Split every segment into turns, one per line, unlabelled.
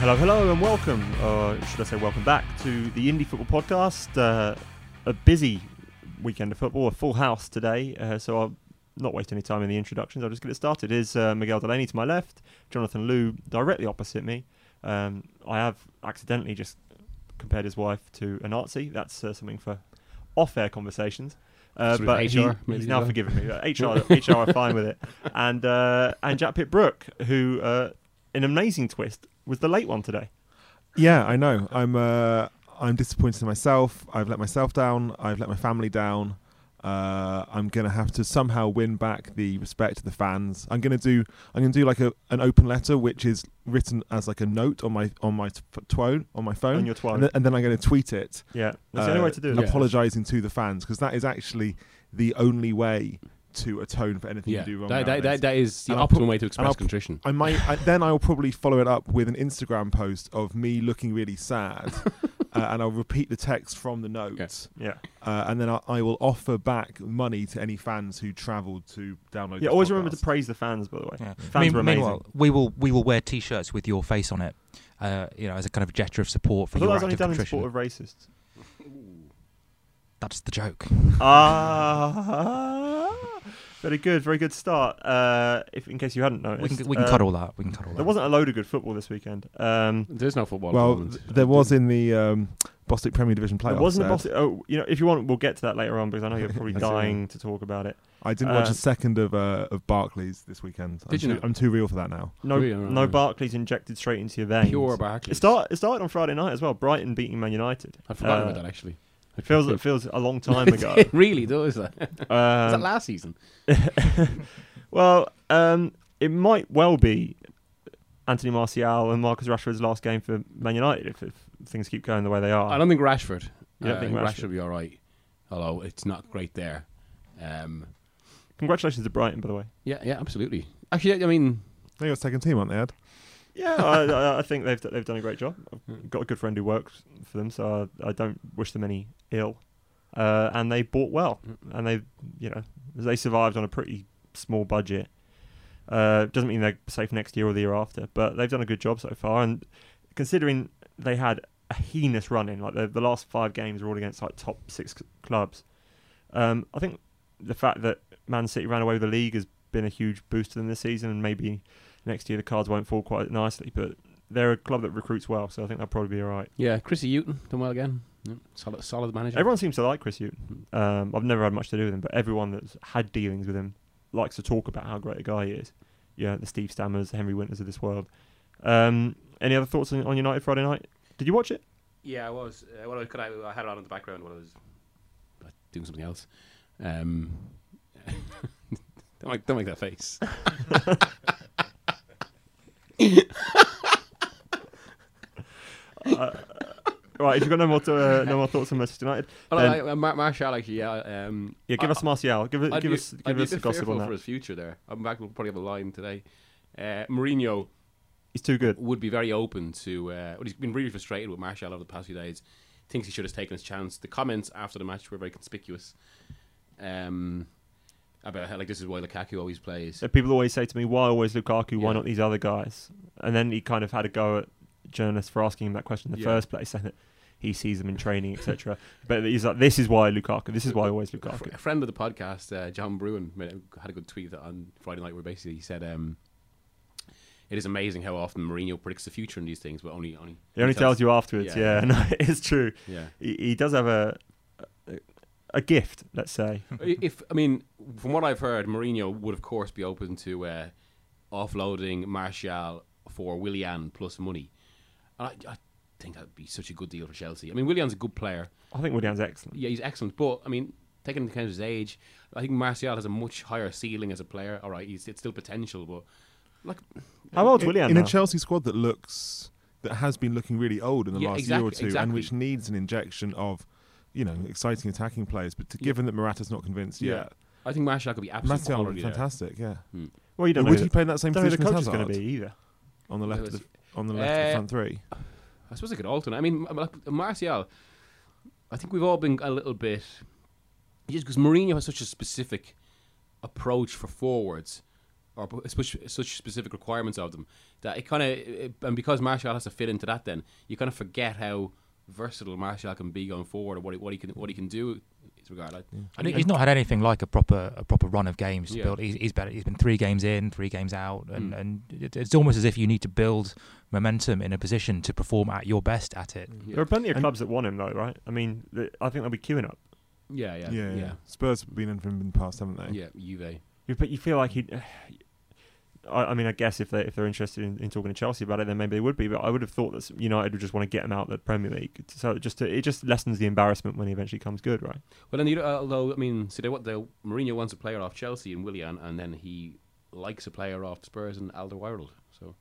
Hello, hello, and welcome, or should I say, welcome back to the Indie Football Podcast. Uh, a busy weekend of football, a full house today, uh, so I'll not waste any time in the introductions. I'll just get it started. Is uh, Miguel Delaney to my left, Jonathan Liu directly opposite me. Um, I have accidentally just compared his wife to a Nazi. That's uh, something for off-air conversations. Uh,
Sort of
but he-
HR,
he's
maybe,
now
yeah.
forgiven me. Uh, HR, HR are fine with it. And uh, and Jack Pitt Brook, who, uh, in an amazing twist, was the late one today.
Yeah, I know. I'm uh, I'm disappointed in myself. I've let myself down. I've let my family down. Uh, I'm gonna have to somehow win back the respect of the fans. I'm gonna do I'm gonna do like a an open letter which is written as like a note on my on my t- phone on my phone
On your twine.
and, then, and then I'm gonna tweet it.
Yeah, that's the only
uh,
way to do it.
Yeah.
Apologizing to the fans because that is actually the only way to atone for anything
Yeah,
you do wrong.
that, that, that,
nowadays.
that is the
And I'll
optimum
put-
way to
and I'll
express
put-
contrition.
I might I, then I'll probably follow it up with an Instagram post of me looking really sad, uh, and I'll repeat the text from the notes,
Yeah,
uh, and then I, I will offer back money to any fans who travelled to download.
yeah.
this
always remember to
podcast.
praise the fans, by the way.
Yeah.
Fans
Mean-
were amazing.
Meanwhile, we will we will wear T-shirts with your face on it, uh, you know, as a kind of gesture of
I
support for
thought
your
that was
act
only
of
done in
contrition.
support of racists.
That's the joke.
Ah, very good, very good start. Uh, if in case you hadn't noticed,
We can we can
uh,
cut all that. We can cut all that.
There wasn't a load of good football this weekend. Um,
There's no football. at the
Well,
moment.
th- there was in the um, Bostic Premier Division playoffs.
there wasn't a
Ed.
boss. Oh, you know, if you want, we'll get to that later on because I know you're probably
That's all right.
dying to talk about it.
I didn't watch
uh,
a second of uh, of Barclays this weekend. I'm
Did you
too,
not?
I'm too real for that now.
No,
Really, right,
no
right.
Barclays injected straight into your veins.
pure Barclays.
It, start, it started on Friday night as well. Brighton beating Man United.
I forgot
Uh,
about that actually. I
Feels
forgot.
it feels a long time ago.
it really does. That. was that
Um,
last season?
well, um, it might well be Anthony Martial and Marcus Rashford's last game for Man United if, if things keep going the way they are.
I don't think Rashford.
You don't
uh,
think
Rashford.
Rashford-
will be all right, although it's not great there. Um,
Congratulations to Brighton, by the way.
yeah, yeah, absolutely. Actually, I mean,
They got second team, aren't they, Ed?
Yeah, I, I- I think they've they've done a great job. I've got a good friend who works for them, so I, I don't wish them any ill. Uh, and they bought well,
Mm,
and they you know they survived on a pretty small budget. Uh, doesn't mean they're safe next year or the year after, but they've done a good job so far. And considering they had a heinous run in, like the, the last five games were all against like top six c- clubs. Um, I think the fact that Man City ran away with the league has been a huge boost to them this season, and maybe next year the cards won't fall quite nicely. But they're a club that recruits well, so I think they'll probably be all right.
yeah, Chrissy Houghton done well again. Yeah, solid, solid manager.
Everyone seems to like Chris Hughton. Um, I've never had much to do with him, but everyone that's had dealings with him likes to talk about how great a guy he is. Yeah, the Steve Stammers, the Henry Winters of this world. Um, any other thoughts on, on United Friday night? Did you watch it?
Yeah, I was. Uh, well, I, could, I, I had it on in the background while I was.
doing something else. Um, don't, make, don't make that face.
Right, if you've got no more to, uh, no more thoughts on Manchester United,
Well,
then-
I, uh, I- Mar- Martial actually, yeah. Um,
Um, yeah, give
I-
us Martial, give, it,
I'd
give
be-
us
I'd
give
be
us
a
the
bit
gossip on
fearful
that.
for his future there. I'm back. We'll probably have a line today. Uh, Mourinho
He's too good.
would be very open to. Uh, well, he's been really frustrated with Martial over the past few days. Thinks he should have taken his chance. The comments after the match were very conspicuous. Um, about how, like this is why Lukaku always plays.
So people always say to me, "Why always Lukaku? Why
Yeah.
not these other guys?" And then he kind of had a go at journalists for asking him that question in the
Yeah.
first place, saying that he sees them in training, etc. but he's like, "This is why Lukaku. This is why always
A fr-
Lukaku."
a friend of the podcast, uh, John Bruin, made a- had a good tweet that on Friday night where basically he said, um, "It is amazing how often Mourinho predicts the future in these things, but only only
He only tells you afterwards. Yeah,
Yeah.
no, it's true.
yeah."
He, he does have a, a a gift, let's say.
I- if I mean, from what I've heard, Mourinho would of course be open to uh, offloading Martial for Willian plus money. And I, I think that'd be such a good deal for Chelsea. I mean, Willian's a good player.
I think Willian's excellent.
Yeah, he's excellent, but I mean, taking into account his age, I think Martial has a much higher ceiling as a player. All right, he's it's still potential, but like
How old's
in,
Willian
in
now?
a Chelsea squad that looks that has been looking really old in the
Yeah,
last year or
exact-
two, and
exactly.
which needs an injection of, you know, exciting attacking players. But to,
Yeah.
given that Morata's not convinced
Yeah. I think Martial could be
yet,
absolutely
Martial would
quality
be
there.
fantastic. Yeah,
well, you don't
But
know.
would
who-
he play in that same
don't know who
position
the
as
coach is going
Hazard
to be either.
on the left of the, on the left of the
Uh,
front three?
I suppose I could alternate. I mean, m- like, Martial, I think we've all been a little bit. Just because Mourinho has such a specific approach for forwards, or p- such, such specific requirements of them, that it kind of. And because Martial has to fit into that, then you kind of forget how versatile Martial can be going forward, or what he, what he can what he can do. in this regard, like,
And he's not had anything like a proper a proper run of games to
Yeah.
build. He's, he's better. He's been three games in, three games out, and
Mm.
and it, it's almost as if you need to build momentum in a position to perform at your best at it.
Yeah.
There are plenty of
And-
clubs that want him, though, right? I mean, th I think they'll be queuing up.
Yeah, yeah,
yeah, yeah. Spurs have been in for him in the past, haven't they?
yeah, Juve.
You, but you feel like he. I, I mean, I guess if they if they're interested in, in talking to Chelsea about it, then maybe they would be. But I would have thought that United would just want to get him out of the Premier League, so it just it just lessens the embarrassment when he eventually comes good, right?
Well, and you, uh, although I mean, so they, what the Mourinho wants a player off Chelsea and Willian, and then he likes a player off Spurs and Alderweireld. So Oh,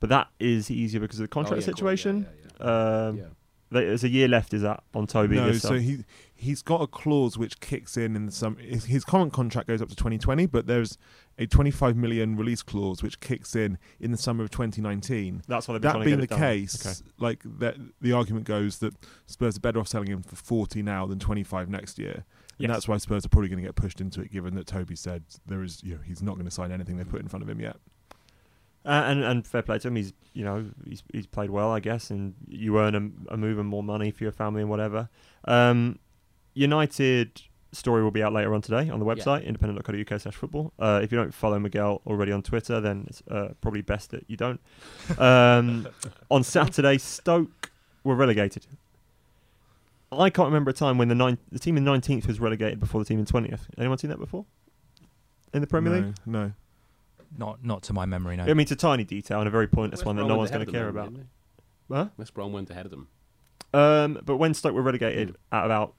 But that is easier because of the contract
yeah, of course, yeah,
situation.
yeah, yeah.
Um,
yeah.
they- there's a year left, is that on Toby?
No,
this
so
summer?
he he's got a clause which kicks in in some his, his current contract goes up to 2020, but there's a 25 million release clause which kicks in in the summer of 2019.
that's why they've been
That
trying
being
to
the
get it done.
case,
Okay.
like that, the argument goes that Spurs are better off selling him for 40 now than 25 next year,
Yes.
and that's why Spurs are probably going to get pushed into it, given that Toby said there is you know he's not going to sign anything they put in front of him yet.
Uh, and and fair play to him. He's you know he's he's played well, I guess, and you earn a, a move and more money for your family and whatever. Um, United story will be out later on today on the website independent.co.uk slash football. Uh, if you don't follow Miguel already on Twitter, then it's uh, probably best that you don't. Um, on Saturday, Stoke were relegated. I can't remember a time when the nine, the team in nineteenth was relegated before the team in twentieth. Anyone seen that before? In the Premier
no,
League?
No,
Not not to my memory, no.
I mean, it's a tiny detail and a very pointless
West
one that
Brom
no one's
went ahead
going to
of them,
care
didn't
about.
they?
Huh?
West Brom went ahead of them.
Um, but when Stoke were relegated
Mm.
at about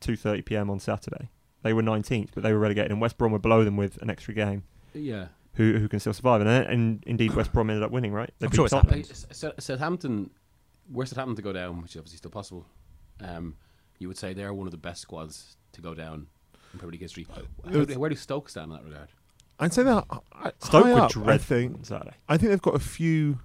two thirty p.m. on Saturday, they were 19th, but they were relegated, and West Brom were below them with an extra game.
Yeah,
Who who can still survive? And, and indeed, West Brom ended up winning, right? They
I'm
beat
sure it's
Tottenham.
Like, S- S- Southampton, where Southampton to go down, which is obviously still possible. Um, you would say they're one of the best squads to go down in Premier League history. Where,
there's-
where do Stoke stand in that regard?
I'd say that uh,
Stoke
high
were
up, I
dreadful
think
on Saturday.
I think they've got a few.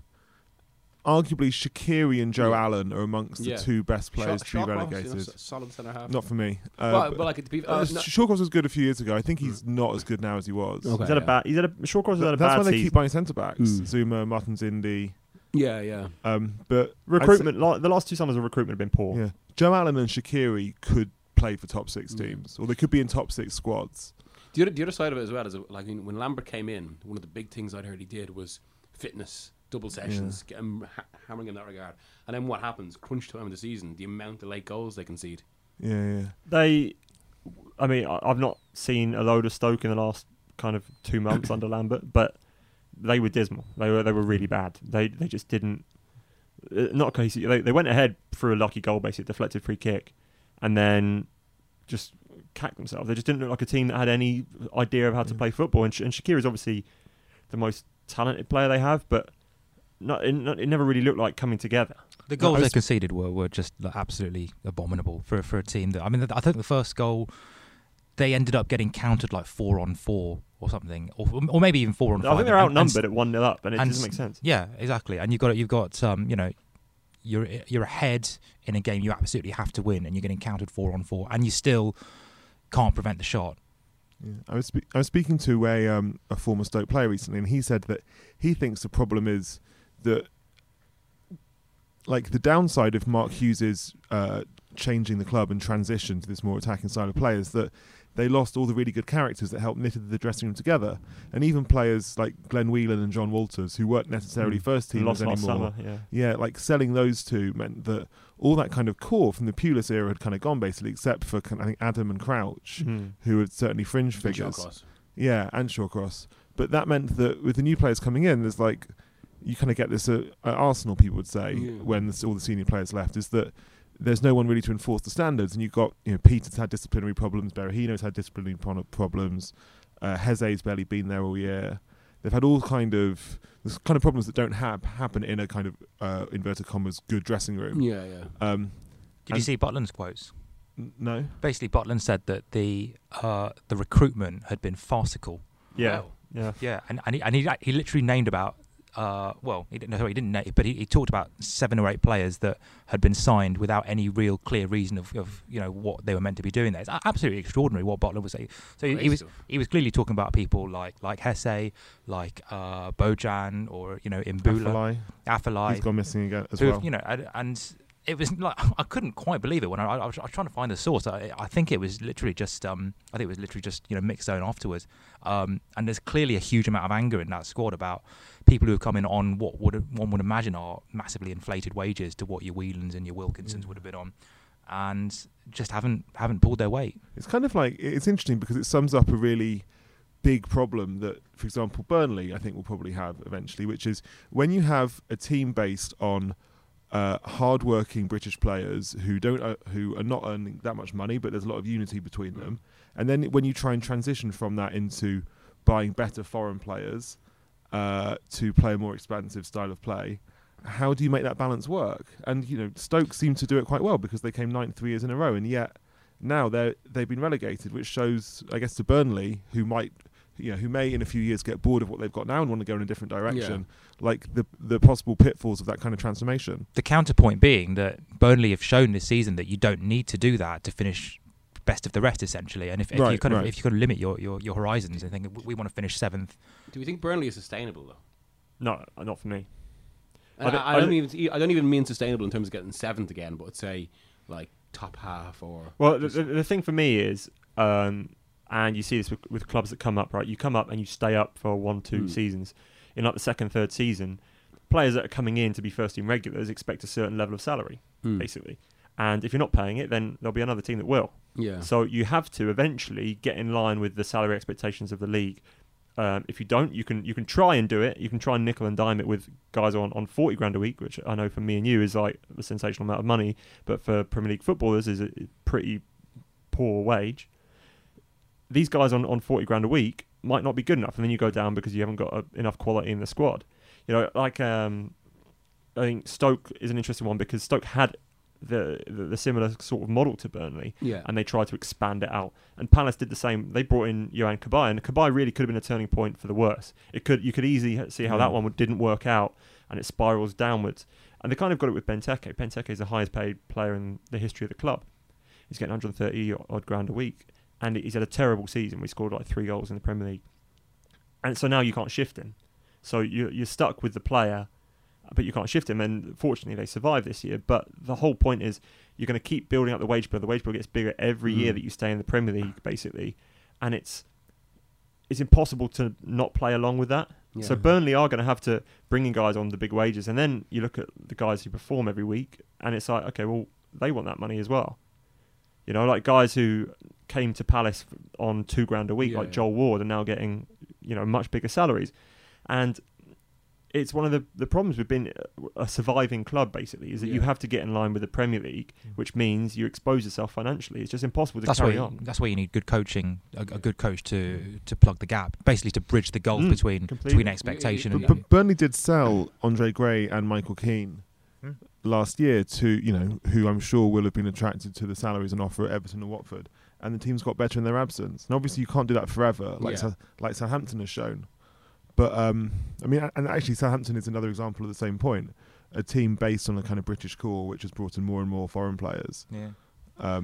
Arguably, Shakiri and Joe
Yeah.
Allen are amongst the
Yeah.
two best
Shock-
players to
Shock
be
Ross,
relegated.
you know, s- solid centre half.
Not for me. Uh,
but,
but-
but like to be,
uh,
uh, no-
Shawcross was good a few years ago. I think he's
Mm.
not as good now as he was.
Okay.
He's had a
yeah.
bad. He's had a Shawcross has had a
Th-
bad
That's why they
season.
keep buying centre backs:
Mm.
Zuma, Martins, Indy.
yeah, yeah.
Um, but I'd say-
recruitment. la- the last two summers of recruitment have been poor.
yeah, Joe Allen and Shakiri could play for top six
Mm.
teams, or they could be in top six squads.
The other, the other side of it as well is uh, like when when Lambert came in, one of the big things I'd heard he did was fitness, double sessions, get him, ha- hammering him in that regard. And then what happens? Crunch time of the season, the amount of late goals they concede.
Yeah, yeah.
They, I mean, I, I've not seen a load of Stoke in the last kind of two months under Lambert, but they were dismal. They were they were really bad. They they just didn't uh, not cohesive. They they went ahead through a lucky goal, basically a deflected free kick, and then just cacked themselves. They just didn't look like a team that had any idea of how to
Yeah.
play football. And, Sh- and Shakir is obviously the most talented player they have, but. Not, it, not, it never really looked like coming together.
The goals
I
they
was-
conceded were, were just like, absolutely abominable for for a team that I mean I think the first goal they ended up getting countered like four on four or something or or maybe even four
I
on five.
think they're
And- and-
outnumbered at one 0 up, and it
and
doesn't make
s-
sense.
Yeah, exactly. And you've got you've got um, you know, you're you're ahead in a game you absolutely have to win, and you're getting counted four on four, and you still can't prevent the shot.
Yeah. I was spe- I was speaking to a um, a former Stoke player recently, and he said that he thinks the problem is that like the downside of Mark Hughes's uh, changing the club and transition to this more attacking side of play is that they lost all the really good characters that helped knitted the dressing room together, and even players like Glenn Whelan and John Walters, who weren't necessarily
Mm.
first teamers
Lost last summer,
anymore.
yeah.
Yeah, like selling those two meant that all that kind of core from the Pulis era had kind of gone basically, except for kind of, I think Adam and Crouch,
Mm.
who had certainly fringe
Big shot
figures.
cross.
Yeah, and Shawcross. But that meant that with the new players coming in, there's like you kind of get this uh, at Arsenal. People would say
Yeah.
when this, all the senior players left is that there's no one really to enforce the standards. And you've got, you know, Peter's had disciplinary problems, Berahino's had disciplinary pro- problems, uh, Heze's barely been there all year. They've had all kind of this kind of problems that don't hap happen in a kind of uh, inverted commas good dressing room.
Yeah, yeah.
Uh,
Um,
Did you
And-
see Butland's quotes?
n- no,
Basically, Butland said that the uh, the recruitment had been farcical.
Yeah,
Wow.
yeah.
Yeah, and and he, and he, he literally named about uh, well, he didn't no, sorry, he didn't name, but he, he talked about seven or eight players that had been signed without any real clear reason of, of you know what they were meant to be doing. There, it's a- absolutely extraordinary what Butler was saying. So he,
Crazy
he was
stuff.
he was clearly talking about people like like Hesse, like uh, Bojan, or you know Imbula,
Afellay,
Afalai,
he's gone missing again as
who
well.
have, you know, and, and it was like I couldn't quite believe it when I, I, was, I was trying to find the source. I, I think it was literally just, um, I think it was literally just you know mixed zone afterwards. Um, and there's clearly a huge amount of anger in that squad about people who have come in on what would one would imagine are massively inflated wages to what your Whelans and your
Mm.
Wilkinsons would have been on, and just haven't haven't pulled their weight.
It's kind of like it's interesting because it sums up a really big problem that, for example, Burnley I think will probably have eventually, which is when you have a team based on uh, hard-working British players who don't uh, who are not earning that much money, but there's a lot of unity between them, and then when you try and transition from that into buying better foreign players uh, to play a more expansive style of play. How do you make that balance work? And you know, Stoke seemed to do it quite well because they came ninth three years in a row, and yet now they are they've been relegated, which shows, I guess, to Burnley, who might, you know, who may in a few years get bored of what they've got now and want to go in a different direction, like the the possible pitfalls of that kind of transformation.
The counterpoint being that Burnley have shown this season that you don't need to do that to finish best of the rest essentially. And if, if you
Right,
kind of
right.
if you kind of limit your, your, your horizons and think "We- we want to finish seventh,
Do we think Burnley is sustainable though?
No, not for me.
And I
I don't-
don't, I,
I
don't
don't-
even I don't even mean sustainable in terms of getting seventh again, but I'd say like top half or
Well, the, the, the thing for me is, um, and you see this with, with clubs that come up, right? You come up and you stay up for one, two
Hmm.
seasons. In like the second, third season, players that are coming in to be first team regulars expect a certain level of salary,
Hmm.
basically. And if you're not paying it, then there'll be another team that will.
yeah.
So you have to eventually get in line with the salary expectations of the league. Um, if you don't, you can you can try and do it. You can try and nickel and dime it with guys on, on forty grand a week, which I know for me and you is like a sensational amount of money, but for Premier League footballers is a pretty poor wage. These guys on, on forty grand a week might not be good enough, and then you go down because you haven't got uh enough quality in the squad. You know, like um, I think Stoke is an interesting one because Stoke had the the, the similar sort of model to Burnley,
yeah.
and they tried to expand it out. And Palace did the same. They brought in Johan Kabay, and Kabay really could have been a turning point for the worse. It could you could easily h- see how that
Mm.
one would- didn't work out, and it spirals downwards. And they kind of got it with Benteke. Benteke is the highest paid player in the history of the club. He's getting 130 odd grand a week, and he's had a terrible season. We scored like three goals in the Premier League, and so now you can't shift him. So you you're stuck with the player, but you can't shift him. And fortunately, they survived this year. But the whole point is you're going to keep building up the wage bill. The wage bill gets bigger every year
Mm.
that you stay in the Premier League, basically, and it's it's impossible to not play along with that.
yeah.
So Burnley are going to have to bring in guys on the big wages, and then you look at the guys who perform every week, and it's like, okay, well, they want that money as well. You know, like guys who came to Palace f- on two grand a week,
Yeah,
like
yeah.
Joel Ward, are now getting you know much bigger salaries, and it's one of the the problems with being a- a surviving club basically is that you
Yeah.
have to get in line with the Premier League, which means you expose yourself financially. It's just impossible to
that's where
carry
you,
on.
that's where you need good coaching, a, a good coach to to plug the gap, basically to bridge the gulf
Mm,
between
completely.
between expectation
Yeah,
and
yeah,
But Burnley did sell Andre Gray and Michael Keane
Hmm.
last year to you know who I'm sure will have been attracted to the salaries on offer at Everton and Watford, and the team's got better in their absence. And obviously you can't do that forever, like
Yeah.
Sou- like Southampton has shown. But um, I mean, a- and actually Southampton is another example of the same point. A team based on a kind of British core, which has brought in more and more foreign players.
yeah.
Um,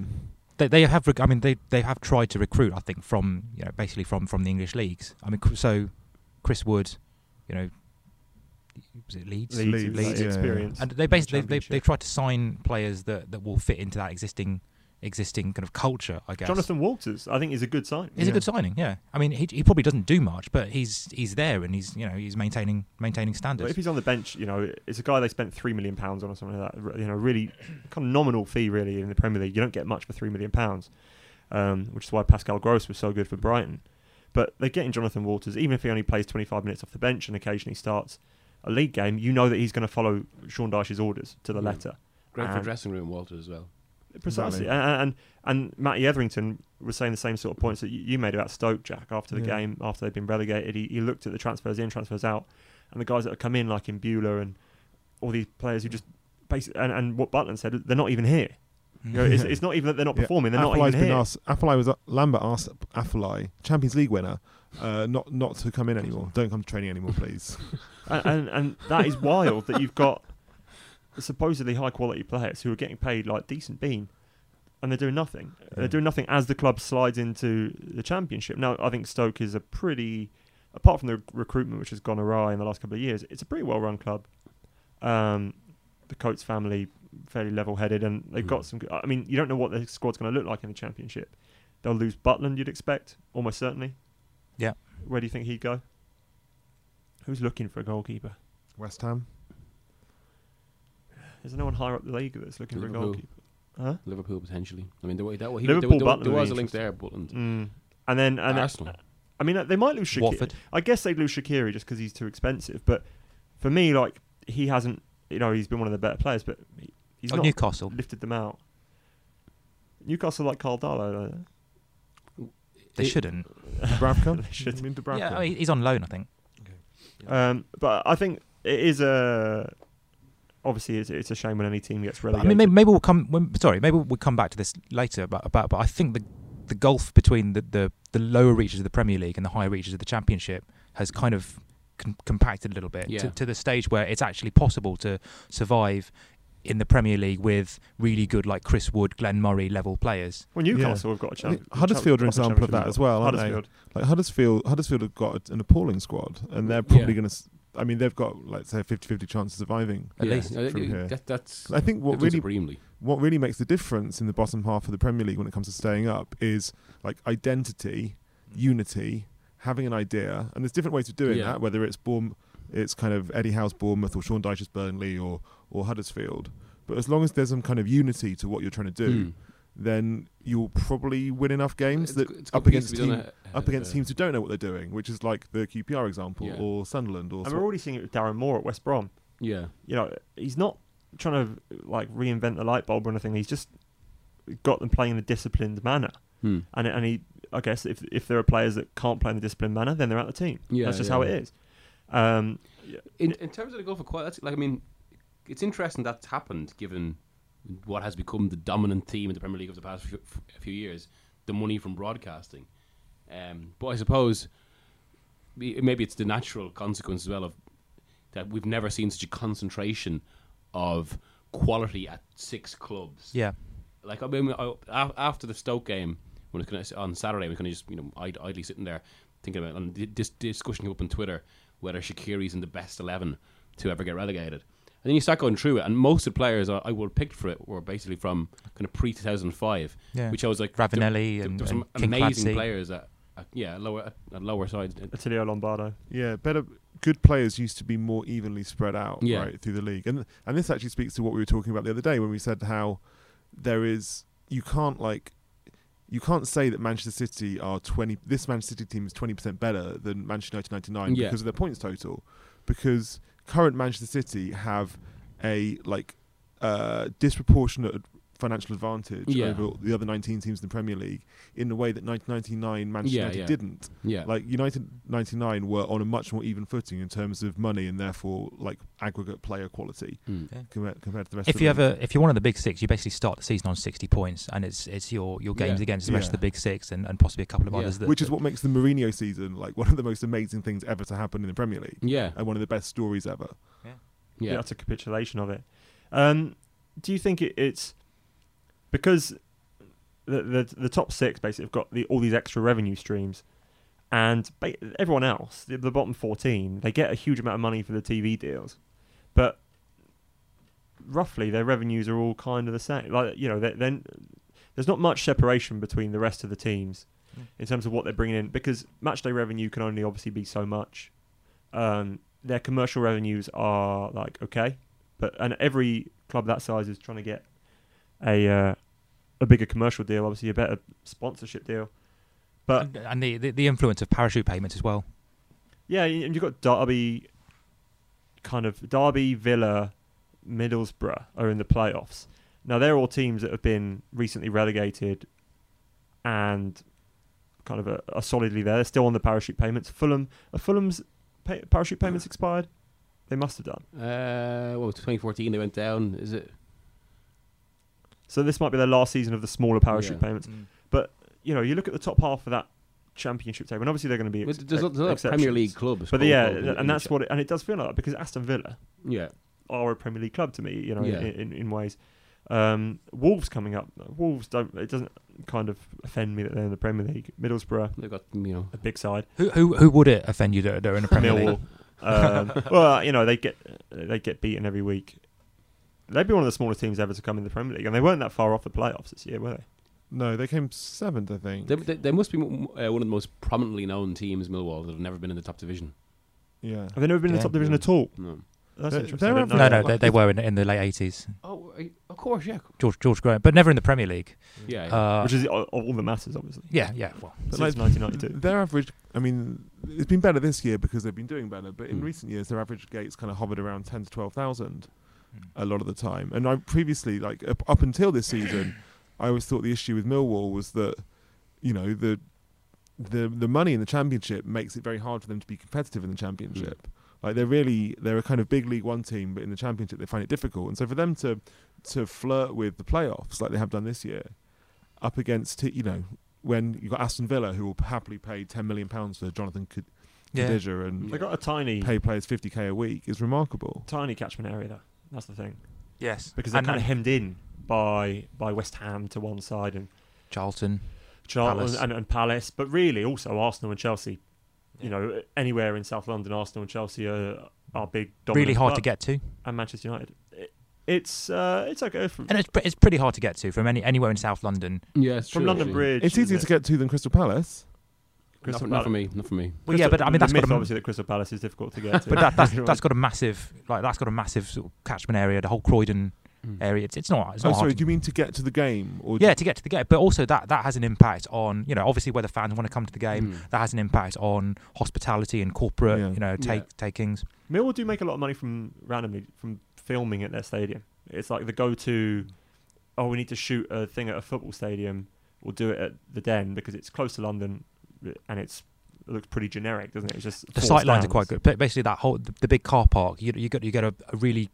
They, they have rec- I mean they they have tried to recruit I think from you know basically from from the English leagues. I mean cr- so Chris Wood, you know, was it Leeds?
Leeds,
Leeds,
like,
yeah.
experience.
And they
in the
basically they, they
Championship.
they tried to sign players that that will fit into that existing existing kind of culture. I guess
Jonathan Walters, I think, is a good sign.
He's
Yeah.
a good signing, yeah. I mean, he, he probably doesn't do much, but he's he's there and he's you know he's maintaining maintaining
But
standards.
if he's on the bench, you know, it's a guy they spent three million pounds on or something like that. r- You know, really kind of nominal fee really in the Premier League. You don't get much for three million pounds, um, which is why Pascal Gross was so good for Brighton. But they're getting Jonathan Walters, even if he only plays 25 minutes off the bench and occasionally starts a league game. You know that he's going to follow Sean Dyche's orders to the
Mm.
letter,
Great for
And-
dressing room, Walter, as well.
Precisely,
Exactly.
and, and and Matty Etherington was saying the same sort of points that you, you made about Stoke, Jack. After the
Yeah.
game, after they'd been relegated, he, he looked at the transfers in, transfers out, and the guys that have come in, like in Bueller and all these players who just basically and, and what Butland said, they're not even here. You
Mm-hmm.
know, it's, it's not even that they're not
Yeah.
performing; they're not
Affelai's
even
been
here.
asked. Affelai was Lambert asked Affelai, Champions League winner, uh, not not to come in anymore. Don't come to training anymore, please.
and, and and that is wild that you've got supposedly high quality players who are getting paid like decent bean, and they're doing nothing. They're
Yeah.
doing nothing as the club slides into the championship. Now I think Stoke is a pretty, apart from the recruitment which has gone awry in the last couple of years, it's a pretty well run club. Um, the Coates family fairly level headed, and they've got some. good- I mean, you don't know what the squad's going to look like in the championship. They'll lose Butland, you'd expect, almost certainly.
Yeah.
Where do you think he'd go? Who's looking for a goalkeeper?
West Ham.
Is there no one higher up the league that's looking for a
Liverpool.
goalkeeper? Huh?
Liverpool potentially. I mean, there, were- there, were- he-
Liverpool,
there, were- there
Butland
was
would
a
be
link there, Butland.
Mm. And then, and
Arsenal.
I mean, they might lose Shakiri.
Watford.
I guess they'd lose Shakiri just because he's too expensive. But for me, like he hasn't, you know, he's been one of the better players, but he- he's
Oh,
not
Newcastle.
lifted them out. Newcastle like Carl Darlow. don't they?
They
It-
shouldn't.
Dubravka.
They should.
You mean Dubravka?
Yeah, oh, he- he's on loan, I think.
Um, but I think it is a. Obviously, it's, it's a shame when any team gets
But, I
relegated.
mean, maybe, maybe we'll come. When, sorry, maybe we'll come back to this later. About, about but I think the the gulf between the, the the lower reaches of the Premier League and the higher reaches of the Championship has kind of com- compacted a little bit
Yeah.
to, to the stage where it's actually possible to survive in the Premier League with really good like Chris Wood, Glenn Murray level players.
well, Newcastle have got a
I
chance.
think Huddersfield are an example of that as well, aren't they?
Huddersfield.
Like Huddersfield, Huddersfield have got an appalling squad, and they're probably
Yeah.
going to. I mean, they've got like say 50-50 chance of surviving.
At
Yeah,
least
I think
from here.
that, that's
'Cause I think what
that does
really
it Brimley.
what really makes the difference in the bottom half of the Premier League when it comes to staying up is like identity, unity, having an idea, and there's different ways of doing
Yeah.
that. Whether it's Bourne, it's kind of Eddie Howe's Bournemouth or Sean Dyche's Burnley or or Huddersfield. But as long as there's some kind of unity to what you're trying to do,
Mm.
then you'll probably win enough games
It's-
that
it's got
up
piece
against
to be done
team,
ahead
up
of
against
the-
teams who don't know what they're doing, which is like the QPR example
Yeah.
or Sunderland or.
And we're already seeing it with Darren Moore at West Brom.
Yeah,
you know, he's not trying to like reinvent the light bulb or anything. He's just got them playing in a disciplined manner.
Hmm.
And and he, I guess, if if there are players that can't play in the disciplined manner, then they're out of the team.
Yeah,
that's just
yeah.
how it is. Um,
In, in terms of the goal for quite, that's like I mean, it's interesting that's happened given what has become the dominant theme in the Premier League over the past few, few years, the money from broadcasting. Um, but I suppose may- maybe it's the natural consequence as well of that we've never seen such a concentration of quality at six clubs
Yeah,
like I mean, I, af- after the Stoke game when it's kind of on Saturday, we're kind of just you know id- idly sitting there thinking about it, and thi- this discussion came up on Twitter whether Shakiri's in the best eleven to ever get relegated. And then you start going through it, and most of the players I, I would have picked for it were basically from kind of pre two thousand five,
Yeah.
which I was like
Ravanelli and-
there were some
and King
amazing
Clancy.
players at, at yeah lower at, at lower sides. uh,
Attilio Lombardo.
Yeah, better good players used to be more evenly spread out
Yeah.
right through the league. And and this actually speaks to what we were talking about the other day when we said how there is you can't like you can't say that Manchester City are 20 this Manchester City team is 20% better than Manchester United 99
Yeah.
because of their points total because current Manchester City have a like uh, disproportionate financial advantage
Yeah.
over the other 19 teams in the Premier League in a way that 1999 Manchester
Yeah,
United
yeah.
didn't
Yeah,
like United 99 were on a much more even footing in terms of money and therefore like aggregate player quality
Hmm.
compared, compared to the rest of
if
the
you
league.
ever if you're one of the big six, you basically start the season on sixty points, and it's it's your your games
Yeah.
against the rest of
Yeah.
the big six and, and possibly a couple of
Yeah.
others. That,
which is what makes the Mourinho season like one of the most amazing things ever to happen in the Premier League
yeah,
and one of the best stories ever
Yeah.
yeah.
that's a capitulation of it. Um, do you think it, it's because the, the the top six basically have got the, all these extra revenue streams, and ba- everyone else, the, the bottom fourteen, they get a huge amount of money for the TV deals, but roughly their revenues are all kind of the same. Like you know, they- then there's not much separation between the rest of the teams
Mm.
in terms of what they're bringing in because matchday revenue can only obviously be so much. Um, their commercial revenues are like okay, but and every club that size is trying to get a uh, a bigger commercial deal, obviously a better sponsorship deal. But
and, and the, the the influence of parachute payments as well.
yeah, and you've got Derby, kind of Derby, Villa, Middlesbrough are in the playoffs. Now they're all teams that have been recently relegated, and kind of are, are solidly there. They're still on the parachute payments. Fulham are Fulham's pay, parachute payments expired. They must have done.
Uh, well, 2014 they went down. Is it?
So this might be their last season of the smaller parachute
Yeah.
payments.
Mm.
You know, you look at the top half of that championship table, and obviously they're going to be.
Well,
Ex-
there's
ex-
a lot of Premier
exceptions.
League clubs.
But
quote,
yeah,
unquote, in- in
and
the
that's
cha-
what, it, and it does feel like that because Aston Villa
Yeah,
are a Premier League club to me, you know,
Yeah.
in, in, in ways. Um, Wolves coming up, Wolves don't. It doesn't kind of offend me that they're in the Premier League. Middlesbrough,
they've got you know.
a big side.
Who, who who would it offend you that they're in a Premier League?
Millwall. um, well, you know they get they get beaten every week. They'd be one of the smallest teams ever to come in the Premier League, and they weren't that far off the playoffs this year, were they?
No, they came seventh, I think.
They, they, they must be m- uh, one of the most prominently known teams, Millwall, that have never been in the top division.
yeah.
Have they never been in the
Yeah.
top division
No.
at all?
No.
That's
They're-
interesting.
they're
I didn't
every-
No,
know
no,
that.
they, they were in, in the late eighties.
Oh, uh, of course, yeah,
George George Graham, but never in the Premier League.
yeah. yeah.
Uh,
which is all, all that matters, obviously.
yeah, yeah. Well,
But
Since
like,
1992.
Their average, I mean, it's been better this year because they've been doing better. But in
Mm.
recent years, their average gates kind of hovered around ten to twelve thousand
Mm.
a lot of the time. And I previously, like up, up until this season, I always thought the issue with Millwall was that you know the the the money in the championship makes it very hard for them to be competitive in the championship.
Hmm.
Like they're really they're a kind of big League One team, but in the championship they find it difficult. And so for them to to flirt with the playoffs like they have done this year, up against t- you know when you have got Aston Villa who will happily pay ten million pounds for Jonathan K-
yeah.
Khadija and
They got a tiny,
pay players fifty k a week is remarkable.
tiny catchment area, though. That's the thing
Yes,
because they're
And-
kind of
and
hemmed in by by West Ham to one side and
Charlton.
Charlton
Palace.
and, and Palace, but really also Arsenal and Chelsea. You
Yeah.
know, anywhere in South London, Arsenal and Chelsea are are big. Dominant
Really hard to
club,
get to,
And Manchester United, It- it's uh, it's okay from,
and it's pre- it's pretty hard to get to from any anywhere in South London.
yeah it's
from
true,
London
actually.
Bridge.
It's easier
isn't
to get to than Crystal Palace.
it?
Not
Crystal
for, not for
Palace-
me. Not for me.
Well, yeah,
Crystal-
but I mean
the
that's got
myth,
a,
obviously that Crystal Palace is difficult to get to.
but that, that's that's got a massive like that's got a massive sort of catchment area, the whole Croydon
Mm.
area. It's it's not it's
Oh,
not
sorry,
hard.
do you mean to get to the game or
yeah, to get to the game, but also that that has an impact on you know obviously whether fans want to come to the game.
Mm.
That has an impact on hospitality and corporate
Yeah.
you know take
Yeah.
takings.
Millwall do make a lot of money from randomly from filming at their stadium. It's like the go-to. Oh, we need to shoot a thing at a football stadium. We'll do it at the Den because it's close to London, and it's it looks pretty generic, doesn't it? It's just
the
four
sight lines are
stands.
quite good. But basically, that whole the, the big car park, you you get you get a, a really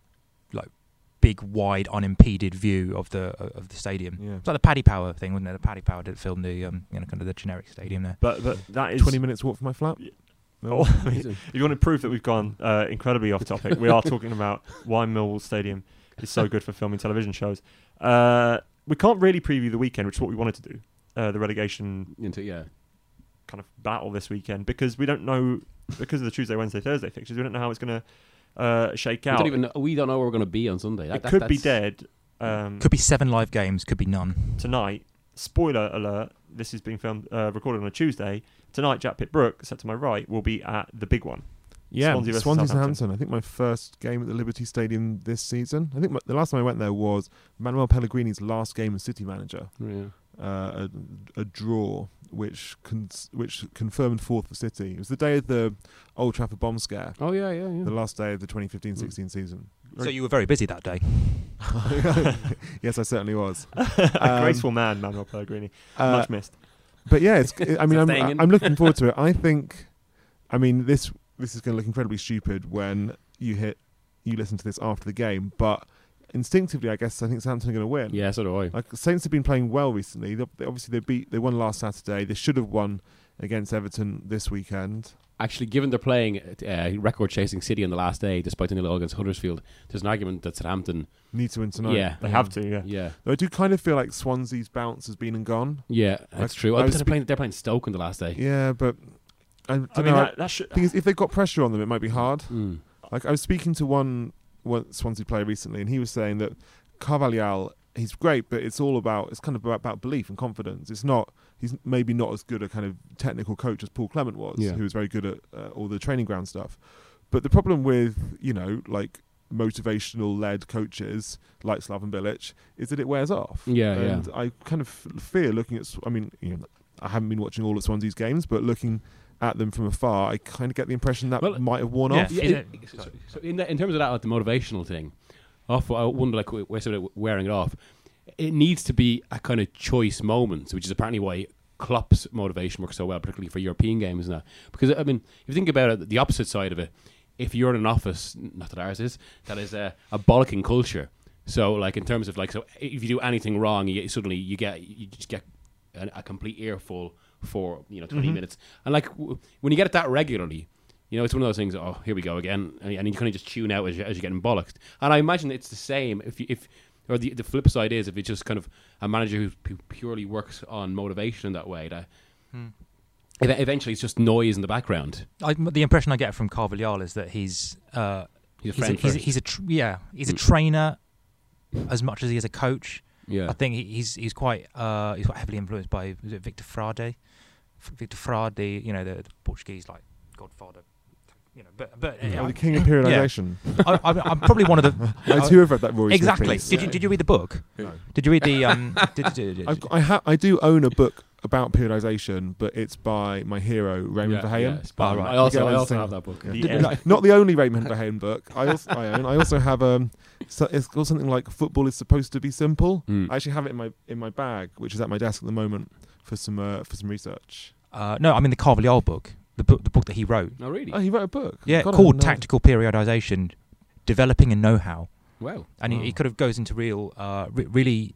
like big, wide, unimpeded view of the uh, of the stadium.
Yeah.
It's like the Paddy Power thing, wasn't it? The Paddy Power did film the um, you know kind of the generic stadium there.
But but that is
Twenty minutes walk from my flat.
Yeah.
No.
Oh,
Mm.
I mean, if you want to prove that we've gone uh, incredibly off topic, we are talking about why Millwall Stadium is so good for filming television shows. Uh, we can't really preview the weekend, which is what we wanted to do. Uh, the relegation
Into yeah.
kind of battle this weekend because we don't know because of the Tuesday, Wednesday, Thursday fixtures. We don't know how it's going to uh, shake
We
out.
don't even. Know, we don't know where we're going to be on Sunday. That,
it
that-
could be
that's-
dead um,
Could be seven live games, could be none.
tonight. Spoiler alert: This is being filmed, uh, recorded on a Tuesday tonight. Jack Pitbrook, sat to my right, will be at the big one.
Yeah,
Swansea
Swansea,
versus
Southampton. I think my first game at the Liberty Stadium this season. I think my, the last time I went there was Manuel Pellegrini's last game as City manager,
Yeah.
uh, a, a draw which cons- which confirmed fourth for City. It was the day of the Old Trafford bomb scare,
Oh yeah, yeah, yeah.
the last day of the 2015-16 season.
So you were very busy that day.
yes, I certainly was.
a
Um,
graceful man, Manuel Pellegrini.
Uh,
Much missed.
but yeah, it's. I mean, I'm,
Staying in.
I'm looking forward to it. I think, I mean, this this is going to look incredibly stupid when you hit, you listen to this after the game. But instinctively, I guess I think Southampton are going to win.
yeah, so do I.
Like Saints have been playing well recently. They, they- obviously, they beat they won last Saturday. They should have won against Everton this weekend.
Actually, given they're playing uh, record-chasing City on the last day, despite the nil against Huddersfield, there's an argument that Southampton.
Need to win tonight.
Yeah,
They have to, yeah.
yeah,
Though I do kind of feel like Swansea's bounce has been and gone.
yeah. That's true.
I
Oh,
was
they're, playing, they're playing Stoke on the last day.
Yeah, but I, don't
I mean,
know.
that, that should.
I think if they've got pressure on them, it might be hard.
Mm.
Like I was speaking to one, one Swansea player recently, and he was saying that Carvalhal, he's great, but it's all about it's kind of about, about belief and confidence. It's not he's maybe not as good a kind of technical coach as Paul Clement was,
Yeah.
who was very good at uh, all the training ground stuff. But the problem with you know like motivational led coaches like Slaven Bilic is that it wears off.
Yeah, yeah.
and I kind of f- fear looking at. Sw- I mean, you know, I haven't been watching all of Swansea's games, but looking. At them from afar, I kind of get the impression that
Well,
might have worn
yeah.
off.
Yeah,
Is
it- so, so in, that, in terms of that, like the motivational thing, off. I wonder like where sort of wearing it off. It needs to be a kind of choice moment, which is apparently why Klopp's motivation works so well, particularly for European games now. Because I mean, if you think about it, the opposite side of it, if you're in an office, not that ours is, that is a, a bollocking culture. So like in terms of like, so if you do anything wrong, you get, suddenly you get you just get a, a complete earful for you know
Mm-hmm.
20 minutes. And like w- when you get it that regularly, you know, it's one of those things. Oh, here we go again, and, and you kind of just tune out as you're, as you're getting bollocked. And I imagine it's the same if you, if or the the flip side is if it's just kind of a manager who, who purely works on motivation in that way. That
Hmm.
ev- eventually it's just noise in the background.
I, the impression I get from Carvalhal is that he's uh,
He's a friend
he's,
first.
he's a tr- yeah, he's a trainer as much as he is a coach.
Yeah,
I think he- he's he's quite uh, he's quite heavily influenced by was it Victor Frade, F- Victor Frade, you know the, the Portuguese like godfather, you know. But but uh,
the king of periodization.
I, I, I'm probably one of the
I too have read that Rory Smith
exactly.
piece.
Did you did you read the book? Did you read the um? Did, did, did,
I've, got- I, ha- I do own a book about periodization, but it's by my hero
yeah,
Raymond Verheyen. Um,
yeah, it's Barham.
Oh, right.
I also,
Again,
I
it's
also
the
have that book.
Yeah.
The
Did-
end.
like, not the only Raymond Verheyen book. I also I own. I also have um. So it's called something like "Football is supposed to be simple."
Mm.
I actually have it in my in my bag, which is at my desk at the moment for some uh, for some research.
uh, no, I mean the Carvalhal book, the book the book that he wrote.
Oh really?
Oh, he wrote a book.
Yeah,
God, I
called
didn't know.
Tactical Periodization, Developing a Know-How,
Wow. Oh.
and he,
Wow.
he kind of goes into real, uh, re- really